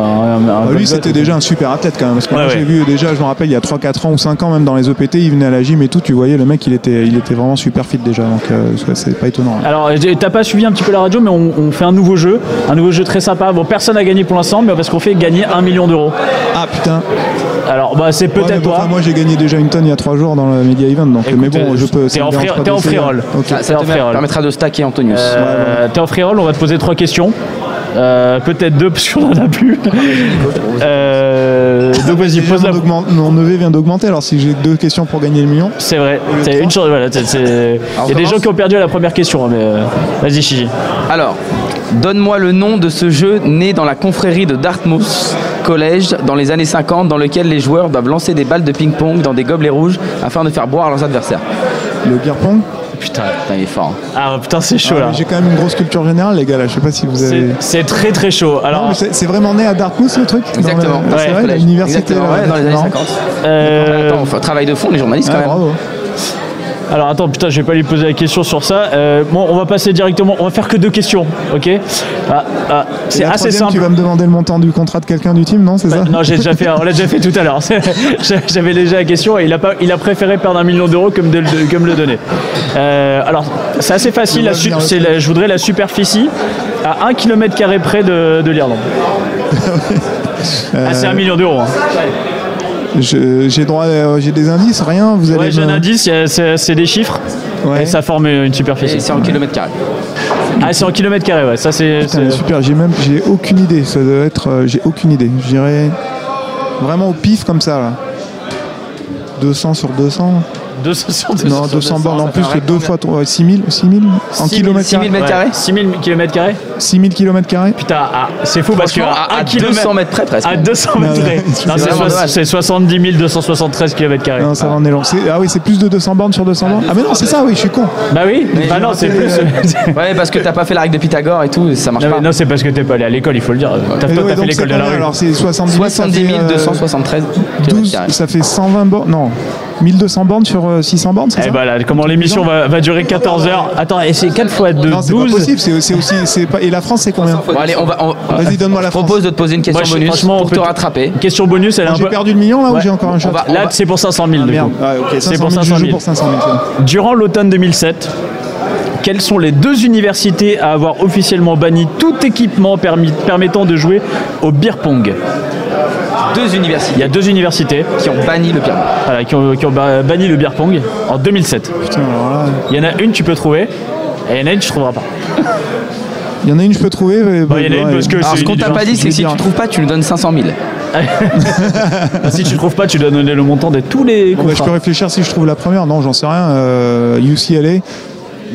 Ah,
bon
lui,
gars,
c'était
tout.
déjà un super athlète quand même. Parce que moi,
Ouais,
j'ai
ouais.
vu déjà, je me rappelle, il y a 3-4 ans ou 5 ans, même dans les EPT, il venait à la gym et tout. Tu voyais, le mec, il était, il était vraiment super fit déjà. Donc, euh, c'est- c'est pas étonnant. hein.
Alors, j'ai- t'as pas suivi un petit peu la radio, mais on, on fait un nouveau jeu, un nouveau jeu très sympa. Bon, personne n'a gagné pour l'instant, mais parce qu'on fait gagner un million d'euros.
Ah putain.
Alors, bah, c'est
Ouais, mais
peut-être
bon,
toi.
enfin, moi, j'ai gagné déjà une tonne il y a 3 jours dans le Media Event. Donc, mais
Écoute, euh,
bon, je peux. ça
T'es
me
en
dérange
free-
pas
t'es en
d'essayer.
free roll.
Ok.
Ah, Ça, ça
T'es en
te
free roll.
permettra de stacker Antonius.
Euh, T'es en free roll, on va te poser trois questions. Euh, peut-être deux, parce qu'on en a plus.
Ah,
Euh, donc, vas-y,
Déjà,
pose la.
mon augmente- Mon EV vient d'augmenter. Alors, si j'ai deux questions pour gagner le million.
C'est vrai, c'est une chance. Voilà, c'est- c'est- Il y a des gens qui ont perdu à la première question, hein, mais euh, vas-y, Chichi.
Alors, donne-moi le nom de ce jeu né dans la confrérie de Dartmouth College dans les années 50 dans lequel les joueurs doivent lancer des balles de ping-pong dans des gobelets rouges afin de faire boire leurs adversaires.
Le beer pong.
Oh, Putain.
Putain, il est fort. hein.
Ah putain, c'est chaud
Ah,
là.
mais J'ai quand même une grosse culture générale, les gars. Là, je sais pas si vous avez.
C'est- C'est très très chaud.
Non,
Alors,
mais c'est c'est vraiment né à Dartmouth le truc Dans
Exactement.
le-
Ouais,
C'est vrai,
Collège.
l'université.
Exactement,
là,
ouais, dans les années
marrant.
50.
euh,
Attends, on fait un travail de fond, les journalistes quand
Ah,
même.
bravo.
Alors attends, putain, je vais pas lui poser la question sur ça. Euh, bon, on va passer directement. On va faire que deux questions, ok Ah, ah, C'est
Et la
assez
troisième,
simple. Bah,
Tu vas me demander le montant du contrat de quelqu'un du team, non C'est ça
Non, j'ai déjà fait. On l'a déjà fait tout à l'heure. J'a- J'avais déjà la question et il a pas. Il a préféré perdre un million d'euros comme de, de- que me le donner. Euh, alors, c'est assez facile. La, su- c'est la- je voudrais la superficie à 1 km carré près de, de l'Irlande. Ah, c'est un million d'euros. hein.
Euh, Je- J'ai droit, euh, j'ai des indices, rien. Vous allez.
Ouais, j'ai un
me-
indice. il y a- C'est c'est des chiffres.
bah Ouais.
Et ça forme une
Et
superficie.
c'est en kilomètres carrés.
Ah, c'est en kilomètres carrés. Ouais, ça c'est. euh,
Putain,
c'est-
super. J'ai même, j'ai aucune idée. Ça doit être, euh, j'ai aucune idée. Je dirais vraiment au pif comme ça. Là. 200 sur 200
200 sur
Non, 200 bornes en plus, 2 fois 3, 6000 6000 en
6000,
kilomètres
6000
carrés
mètres carrés
6000 km carrés
6000 km carrés
Putain, ah, c'est fou parce que
Franchement, à,
un
à
kilomètre-
200 mètres près presque.
À 200 mètres
Non,
carrés.
non, c'est
Non, c'est
vraiment
soix-
dommage.
c'est 70 273 km carrés.
Non, ça va en est long. C'est- Ah oui, c'est plus de 200 bornes sur 200 bornes. Ah mais non, c'est ça, oui, je suis con.
Bah oui, bah non, c'est plus.
Ouais, parce que t'as pas fait la règle de Pythagore et tout, ça marche
Non, mais
pas.
non, c'est parce que t'es pas allé à l'école, il faut le dire. T'as
Mais
toi,
ouais, donc
t'as fait
c'est
l'école de la
combien,
rue.
Alors c'est 70 000, ça
70
fait, euh,
273 km
12, ça fait 120 bornes, non, 1200 bornes sur euh, 600 bornes, c'est
Eh
ça
bah là, comment l'émission va, va durer 14 heures Attends, et c'est 4 fois 2,
Non, c'est pas
12
possible, c'est c'est aussi, c'est pas, et la France c'est combien
Bon, allez, on va. on-
Vas-y, donne-moi
Je
la France.
propose de te poser une question
Moi, je-
bonus
franchement, on
pour
peut
te
tout-
rattraper.
Question bonus, elle est
Ah,
un
J'ai
peu.
perdu le million là ou
Ouais.
j'ai encore un shot
On va-
Là, c'est pour 500 000.
Ah,
du
Merde,
coup.
ah, ok,
C'est
500
pour
000,
500
je
000.
joue pour 500 000. tiens.
Durant l'automne 2007, quelles sont les deux universités à avoir officiellement banni tout équipement permis- permettant de jouer au beer pong
Deux universités
Il y a deux universités
qui ont banni le pyramide.
voilà, qui, ont, qui ont ba- banni le beer pong en 2007.
Putain, alors là,
Il y en a une tu peux trouver. Et il y en a une tu trouveras pas.
il y en a une je peux trouver. mais-
Bah, il y en a une parce que
Alors,
c'est
ce qu'on
une
t'a pas dit,
je
c'est
vais
que si
dire.
tu trouves pas, tu nous donnes 500 000.
Si tu trouves pas, tu dois donner le montant de tous les
Bon, bah, je peux
contrats.
réfléchir si je trouve la première. Non, j'en sais rien. Euh, UCLA.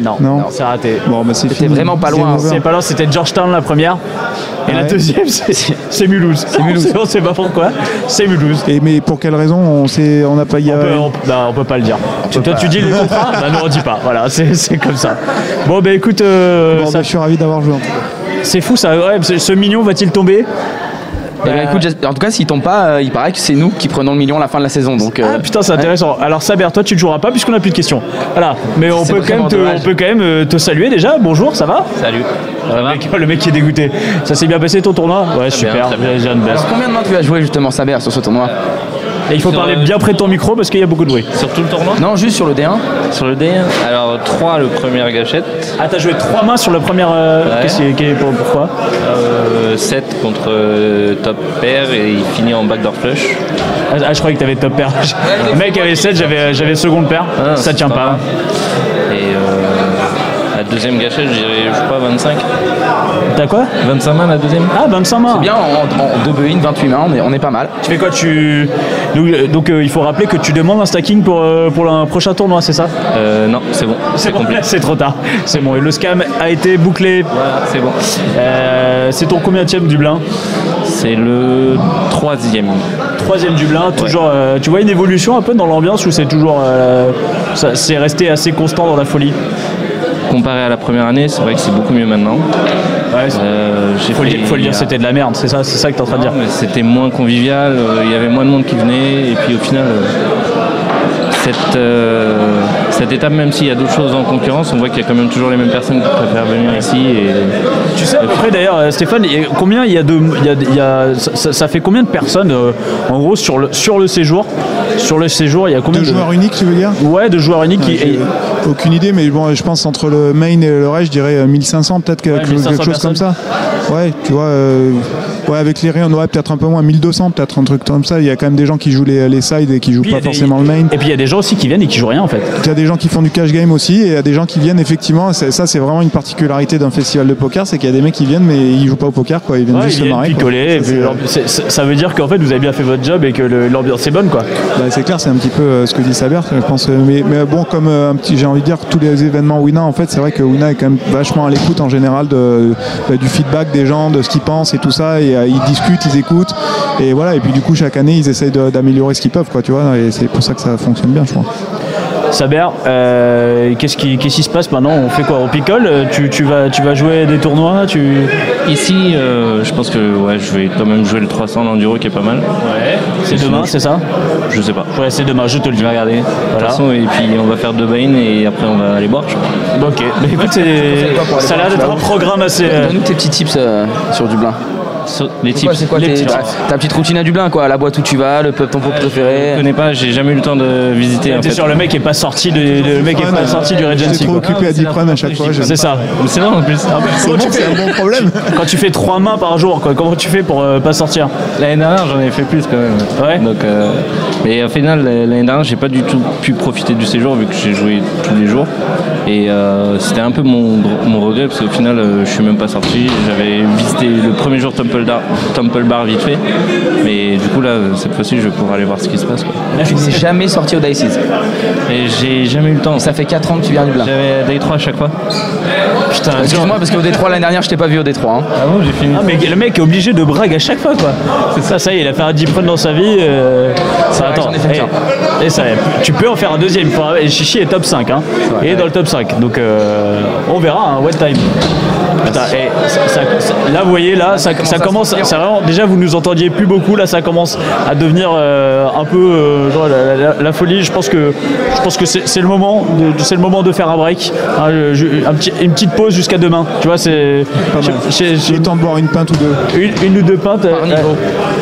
non,
Non.
non, c'est raté.
Bon, bah, c'est
C'était
fini.
vraiment pas
C'est
loin, hein.
over.
C'est pas là, c'était Georgetown la première. Et la
Ouais.
deuxième, c'est c'est Mulhouse. C'est
Mulhouse.
on sait pas pourquoi. C'est Mulhouse.
Et mais pour quelle raison on sait, on n'a pas. il y a-
On peut, on, bah, on peut pas le dire. Tu- toi, tu dis les contrats, bah, nous on dit pas. Voilà, c'est c'est comme ça. Bon, bah écoute, euh,
Bon,
ça-
bah, je suis ravi d'avoir joué. en tout cas.
c'est fou ça. Ouais, ce ce million va-t-il tomber
Eh ben,
Euh.
écoute, j'es- en tout cas, s'il tombe pas, euh, il paraît que c'est nous qui prenons le million à la fin de la saison. Donc, euh,
Ah putain, c'est intéressant. Alors, Saber, toi, tu ne joueras pas puisqu'on n'a plus de questions. Voilà, mais on
C'est
peut, quand même
vraiment
te,
dommage.
on peut quand même euh, te saluer déjà. Bonjour, ça va
Salut. Ça va
Le mec- Le mec qui est dégoûté. Ça s'est bien passé ton tournoi Ouais, super.
très bien.
j'ai- j'ai une baisse.
alors, combien de mains tu as joué justement, Saber, sur ce tournoi
Et il faut
Sur,
parler
euh,
bien près de ton micro parce qu'il y a beaucoup de bruit.
Sur tout le tournoi
Non, juste sur le D1.
Sur le D Alors 3 le première gâchette,
Ah, t'as joué trois mains sur la première. euh,
Ouais.
qu'est-ce qui- qui- pour- pourquoi
7 contre euh, top pair et il finit en backdoor flush.
ah, ah, je croyais que t'avais top pair. Le mec avait 7, j'avais j'avais seconde pair.
Ah,
ça
c'est
tient pas.
mal. Et euh, la deuxième gâchette, je dirais, je sais pas, 25.
T'as quoi
25 mains la deuxième
Ah, 25 mains.
Bien, en, en deux buy-in, 28 mains, on est, on est pas mal.
Tu fais quoi tu... Donc, euh, donc, euh, il faut rappeler que tu demandes un stacking pour, euh, pour un prochain tournoi, c'est ça
euh, Non, c'est bon,
C'est
c'est
bon,
complet.
c'est trop tard. C'est bon, et le scam a été bouclé.
Voilà, c'est bon.
Euh, c'est ton combien Dublin
C'est le troisième.
Troisième Dublin, toujours. euh, tu vois une évolution un peu dans l'ambiance où c'est toujours. euh, ça- c'est resté assez constant dans la folie.
Comparé à la première année, c'est vrai que c'est beaucoup mieux maintenant.
Ouais, c'est-
Euh, j'ai
faut, le dire,
fait-
faut le dire,
il y a-
c'était de la merde, c'est ça, c'est ça que t'es en train de dire.
Non, mais C'était moins convivial, euh, il y avait moins de monde qui venait, et puis au final, euh, c'est-
cette, euh, cette étape, même s'il y a d'autres choses en concurrence, on voit qu'il y a quand même toujours les mêmes personnes qui préfèrent venir ici. Et...
Tu sais, à peu près d'ailleurs, euh, Stéphane, il y a combien il y a de. il y a- il y a- ça- ça, ça fait combien de personnes, euh, en gros, sur le, sur le séjour Sur le séjour, il y a combien
De
de.
joueurs uniques, tu veux dire
Ouais, de joueurs uniques. qui- et-
Aucune idée, mais bon, je pense entre le main et le reste, je dirais euh, 1500, peut-être que-
Ouais,
quelque,
1500
chose comme ça. Ouais, tu vois, euh, ouais, avec les rayons, on aurait peut-être un peu moins, 1200, peut-être un truc comme ça. Il y a quand même des gens qui jouent les, les sides et qui jouent
Puis, il y
pas
a des-
forcément le main.
Et puis il y a des gens aussi qui viennent et qui jouent rien en fait.
Il y a des gens qui font du cash game aussi et il y a des gens qui viennent effectivement. c'est- Ça, c'est vraiment une particularité d'un festival de poker, c'est qu'il y a des mecs qui viennent mais ils jouent pas au poker, quoi. Ils viennent
Ouais,
juste
ils
se
viennent
marrer. quoi.
picoler, et
Ça,
puis
c'est-
l'ambi- c'est- c'est- ça veut dire qu'en fait vous avez bien fait votre job et que le- l'ambiance est bonne quoi.
Bah, c'est clair, c'est un petit peu euh, ce que dit Saber, je pense. euh, Mais, mais bon, comme euh, un petit, j'ai envie de dire, tous les événements Wina, en fait, c'est vrai que Wina est quand même vachement à l'écoute en général de, bah, du feedback des gens, de ce qu'ils pensent et tout ça. Et, euh, ils discutent, ils écoutent. Et voilà. Et puis du coup, chaque année, ils essayent de- d'améliorer ce qu'ils peuvent, quoi. Tu vois. Et c'est pour ça que ça fonctionne bien, je crois.
Saber, euh, qu'est-ce qui, qu'est-ce qui se passe maintenant On fait quoi On picole Euh, tu, tu vas, tu vas jouer des tournois tu...
Ici, euh, je pense que ouais, je vais quand même jouer le 300 l'enduro qui est pas mal. Ouais,
c'est demain, c'est ça
Je sais pas.
Ouais, c'est demain, je te le dis.
regarder.
Voilà.
De toute façon, et puis on va faire deux bains et après on va aller boire, je crois.
Ok, mais écoute, c'est- ça a l'air d'être un programme assez. euh,
Donne-nous tes petits tips euh, sur Dublin.
les
C'est quoi-
tips.
C'est quoi
Les
tes-
tips.
ta, ta petite routine à Dublin, quoi La boîte où tu vas, le pub, ton pub
Je
préféré
connais pas, j'ai jamais eu le temps de visiter. en
T'es
fait.
sûr, le mec est pas sorti, de- le mec est pas sorti du Regency.
euh, J'étais trop
quoi.
occupé à Dipron à chaque fois. je-
C'est ça.
Mais C'est non en plus.
Ah,
C'est bon, c'est bah, un bon problème.
Quand tu fais trois mains par jour, quoi, comment tu fais pour euh, pas sortir
L'année dernière, j'en ai fait plus quand même.
Ouais.
Donc, euh, mais au final, l'année dernière, j'ai pas du tout pu profiter du séjour vu que j'ai joué tous les jours. Et euh, c'était un peu mon, mon regret parce qu'au final, euh, je suis même pas sorti. J'avais visité le premier jour Temple, Dar- Temple Bar vite fait. Mais du coup, là, cette fois-ci, je vais pouvoir aller voir ce qui se passe. quoi.
Tu ne sais jamais sorti au Dices.
Et j'ai jamais eu le temps.
Ça fait 4 ans que tu viens à Dublin.
J'avais Day 3 à chaque fois.
Putain,
Excuse-moi, parce qu'au Détroit, l'année dernière, je t'ai pas vu au Détroit. hein.
Ah bon, j'ai fini.
Ah, mais le mec est obligé de brague à chaque fois quoi. C'est ça, ça y est, il a fait un deep run dans sa vie. euh, ça
vrai que
attend.
j'en ai fait
Eh,
qu'un.
eh, ça, tu peux en faire un deuxième. Faut- Et Chichi est top 5. Hein. et dans le top 5. Donc euh, on verra, hein, one time. Putain, eh, ça- ça- ça- là vous voyez là, ça, ça commence, ça vraiment, déjà vous nous entendiez plus beaucoup, là ça commence à devenir euh, un peu euh, genre, la, la- la- la folie. Je pense que je pense que c'est c'est le moment, de, c'est le moment de faire un break, hein, je- je- un petit- une petite pause jusqu'à demain. Tu vois, c'est
Pas mal.
je- je- je-
Le temps de boire une pinte ou deux.
une, une ou deux pintes. euh, euh,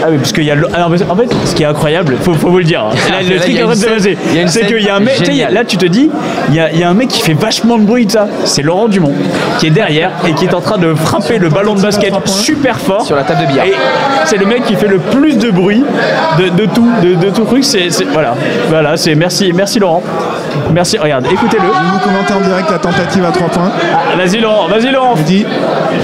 ah oui, parce qu'il y a. l'eau- ah non, mais en fait, ce qui est incroyable, faut, faut vous le dire. hein. Là, le
Ah, là, il
truc
y a une
en train de
scène-
passer,
il y a une
c'est
scène
qu'il y a un mec. tu sais, il y a-
géniale.
Là, tu te dis, il y a, il y a un mec qui fait vachement de bruit de ça. C'est Laurent Dumont qui est derrière et qui est en train de frapper le ballon de basket super fort
Sur la table de billard.
Et c'est le mec qui fait le plus de bruit de, de tout, de, de tout truc. C'est c'est- voilà, voilà. C'est merci, merci Laurent. Merci. Regarde, écoutez-le.
Je vais vous commenter en direct la tentative à 3 points.
Ah, Vas-y Laurent, vas-y Laurent.
Il dit,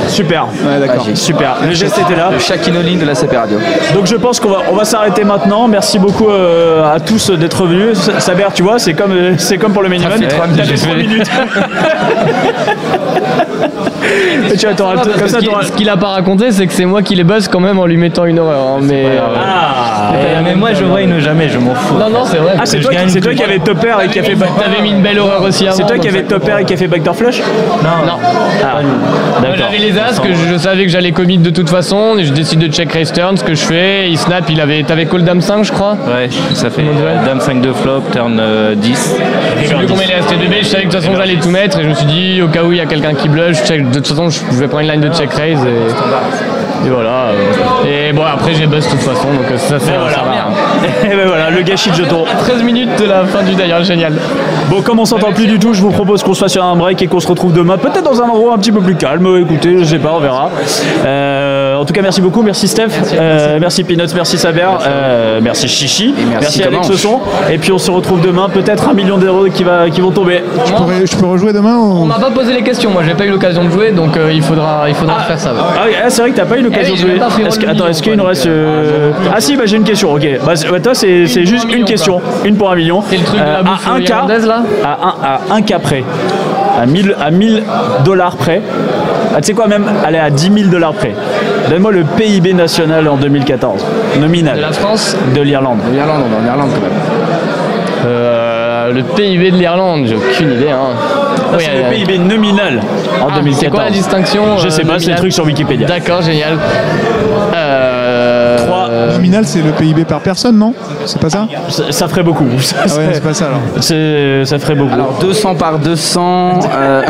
Super,
ouais, d'accord.
Magique.
super. Ah. Le geste était là.
Le Shaquinoline de la CP Radio.
Donc je pense qu'on va, on va s'arrêter maintenant. Merci beaucoup euh, à tous euh, d'être venus. S- Saber, tu vois, c'est comme, euh, c'est comme pour le minimum.
fait trois minutes,
T'as fait
j'ai
trois
fait.
minutes. Et tu vois, t'auras tout- comme
Parce
ça,
qu'il-
t'auras-
ce qu'il a pas raconté, c'est que c'est moi qui les buzz quand même en lui mettant une horreur. hein, mais
Ah,
mais moi, je vois une jamais, je m'en fous.
non, non, c'est vrai.
Ah, c'est toi, qui- c'est toi qui avais topper et qui a fait back-
T'avais mis une belle horreur aussi avant.
C'est toi qui
donc
avais
ça
topper et qui a fait backdoor flush
compte. Non.
Ah,
Moi,
d'accord.
J'avais les as que je savais que j'allais commit de toute façon. et Je décide de check raise turn, ce que je fais. Il snap, il avait, t'avais call dame 5, je crois.
Ouais, ça fait euh, dame 5 de flop, turn euh, 10.
Je sais plus combien il restait de B, je savais que de toute façon j'allais tout mettre et je me suis dit au cas où il y a quelqu'un qui bluff, je check- de toute façon je je vais prendre une line de check raise et, et voilà. euh. Et bon après j'ai buzz de toute façon donc euh, ça c'est
Voilà.
ça va.
Et ben voilà, le gâchis de jetons.
13 minutes de la fin du d'ailleurs, génial.
Bon, comme on s'entend plus du tout, je vous propose qu'on se fasse un break et qu'on se retrouve demain, peut-être dans un endroit un petit peu plus calme. Écoutez, je sais pas, on verra. Euh, en tout cas, merci beaucoup, merci Steph, euh, merci Peanuts, merci Saber, euh, merci Chichi,
merci
merci Alex
Comanche.
Son. Et puis on se retrouve demain, peut-être un million d'euros qui, va, qui vont tomber.
Je pourrais- je peux rejouer demain
On
ou
m'a pas posé les questions, moi j'ai pas eu l'occasion de jouer donc euh, il faudra, il faudra faire ça. ouais.
Ah, oui, ah, c'est vrai que t'as pas eu l'occasion
Eh oui,
de
j'ai
jouer.
pas fait
Est-ce que-
le
attends,
million,
est-ce qu'il nous
quoi,
reste.
donc,
euh, Ah si, bah j'ai une question, ok. Bah, c'est- bah, toi, c'est c'est
pour
juste
un
une
million,
question. Une pour un million. Euh,
C'est le truc de la bouffe
à un cas,
irlandaise, là
à un, à un cas près. À 1000 à 1000 dollars près. Ah, tu sais quoi, même, allez, à 10 000 dollars près. Donne-moi le PIB national en 2014, nominal,
De la France,
de l'Irlande.
En Irlande, on est en Irlande quand même.
euh, le PIB de l'Irlande, j'ai aucune idée. Hein.
Ça,
Oui,
Ah, c'est
euh,
le PIB nominal en
Ah,
2014.
C'est quoi la distinction euh,
Je sais pas, c'est le
nominale
truc sur Wikipédia.
D'accord, génial. Euh,
3,
euh,
Nominal, c'est le PIB par personne, non C'est pas ça
Ça, ça ferait beaucoup. Ça,
Ah ouais, c'est pas ça alors.
c'est- ça ferait beaucoup.
Alors 200 par 200, euh,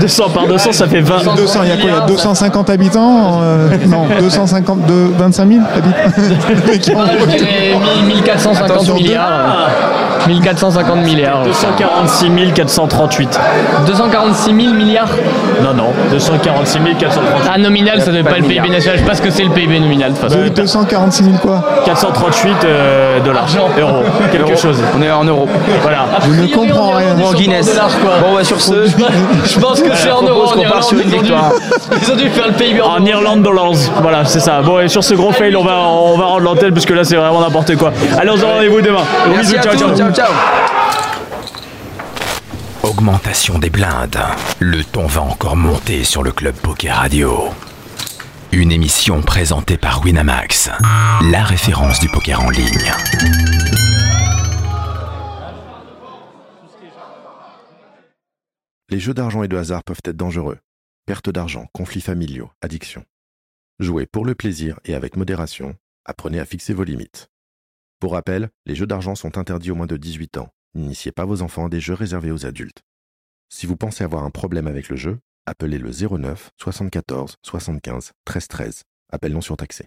200 par 200, ça fait 20.
200, il y a quoi Il y a 250 habitants euh, Non, 250, de 25 000 habitants.
je dirais 1450
Attention, deux.
milliards. euh, 1450 milliards.
246 438.
246 000 milliards
Non, non, 246 438.
Ah, nominal, ça ne
pas
pas
de
le PIB
milliards.
national. Je sais pas ce que c'est le PIB nominal, de toute façon.
Donc 246 000 quoi
438 euh, dollars, euros, quelque chose.
on est en euros.
Voilà.
Je ne comprends rien.
Bon, Guinness. Bon, bah, sur ce,
Je pense que c'est en
propose
euros. en
qu'on
Irlande,
part sur une
ils ont dû-
victoire.
Ils ont dû faire le PIB en
En Irlande dollars, voilà, c'est ça. Bon, et sur ce gros fail, on va, on va rendre l'antenne parce que là, c'est vraiment n'importe quoi. Allez, on se donne rendez-vous demain.
Merci
Bisous,
à tous, ciao, ciao.
Augmentation des blindes. Le ton va encore monter sur le Club Poker Radio. Une émission présentée par Winamax, la référence du poker en ligne.
Les jeux d'argent et de hasard peuvent être dangereux. Perte d'argent, conflits familiaux, addiction. Jouez pour le plaisir et avec modération. Apprenez à fixer vos limites. Pour rappel, les jeux d'argent sont interdits aux moins de 18 ans. N'initiez pas vos enfants à des jeux réservés aux adultes. Si vous pensez avoir un problème avec le jeu, appelez le 09 74 75 13 13. Appel non surtaxé.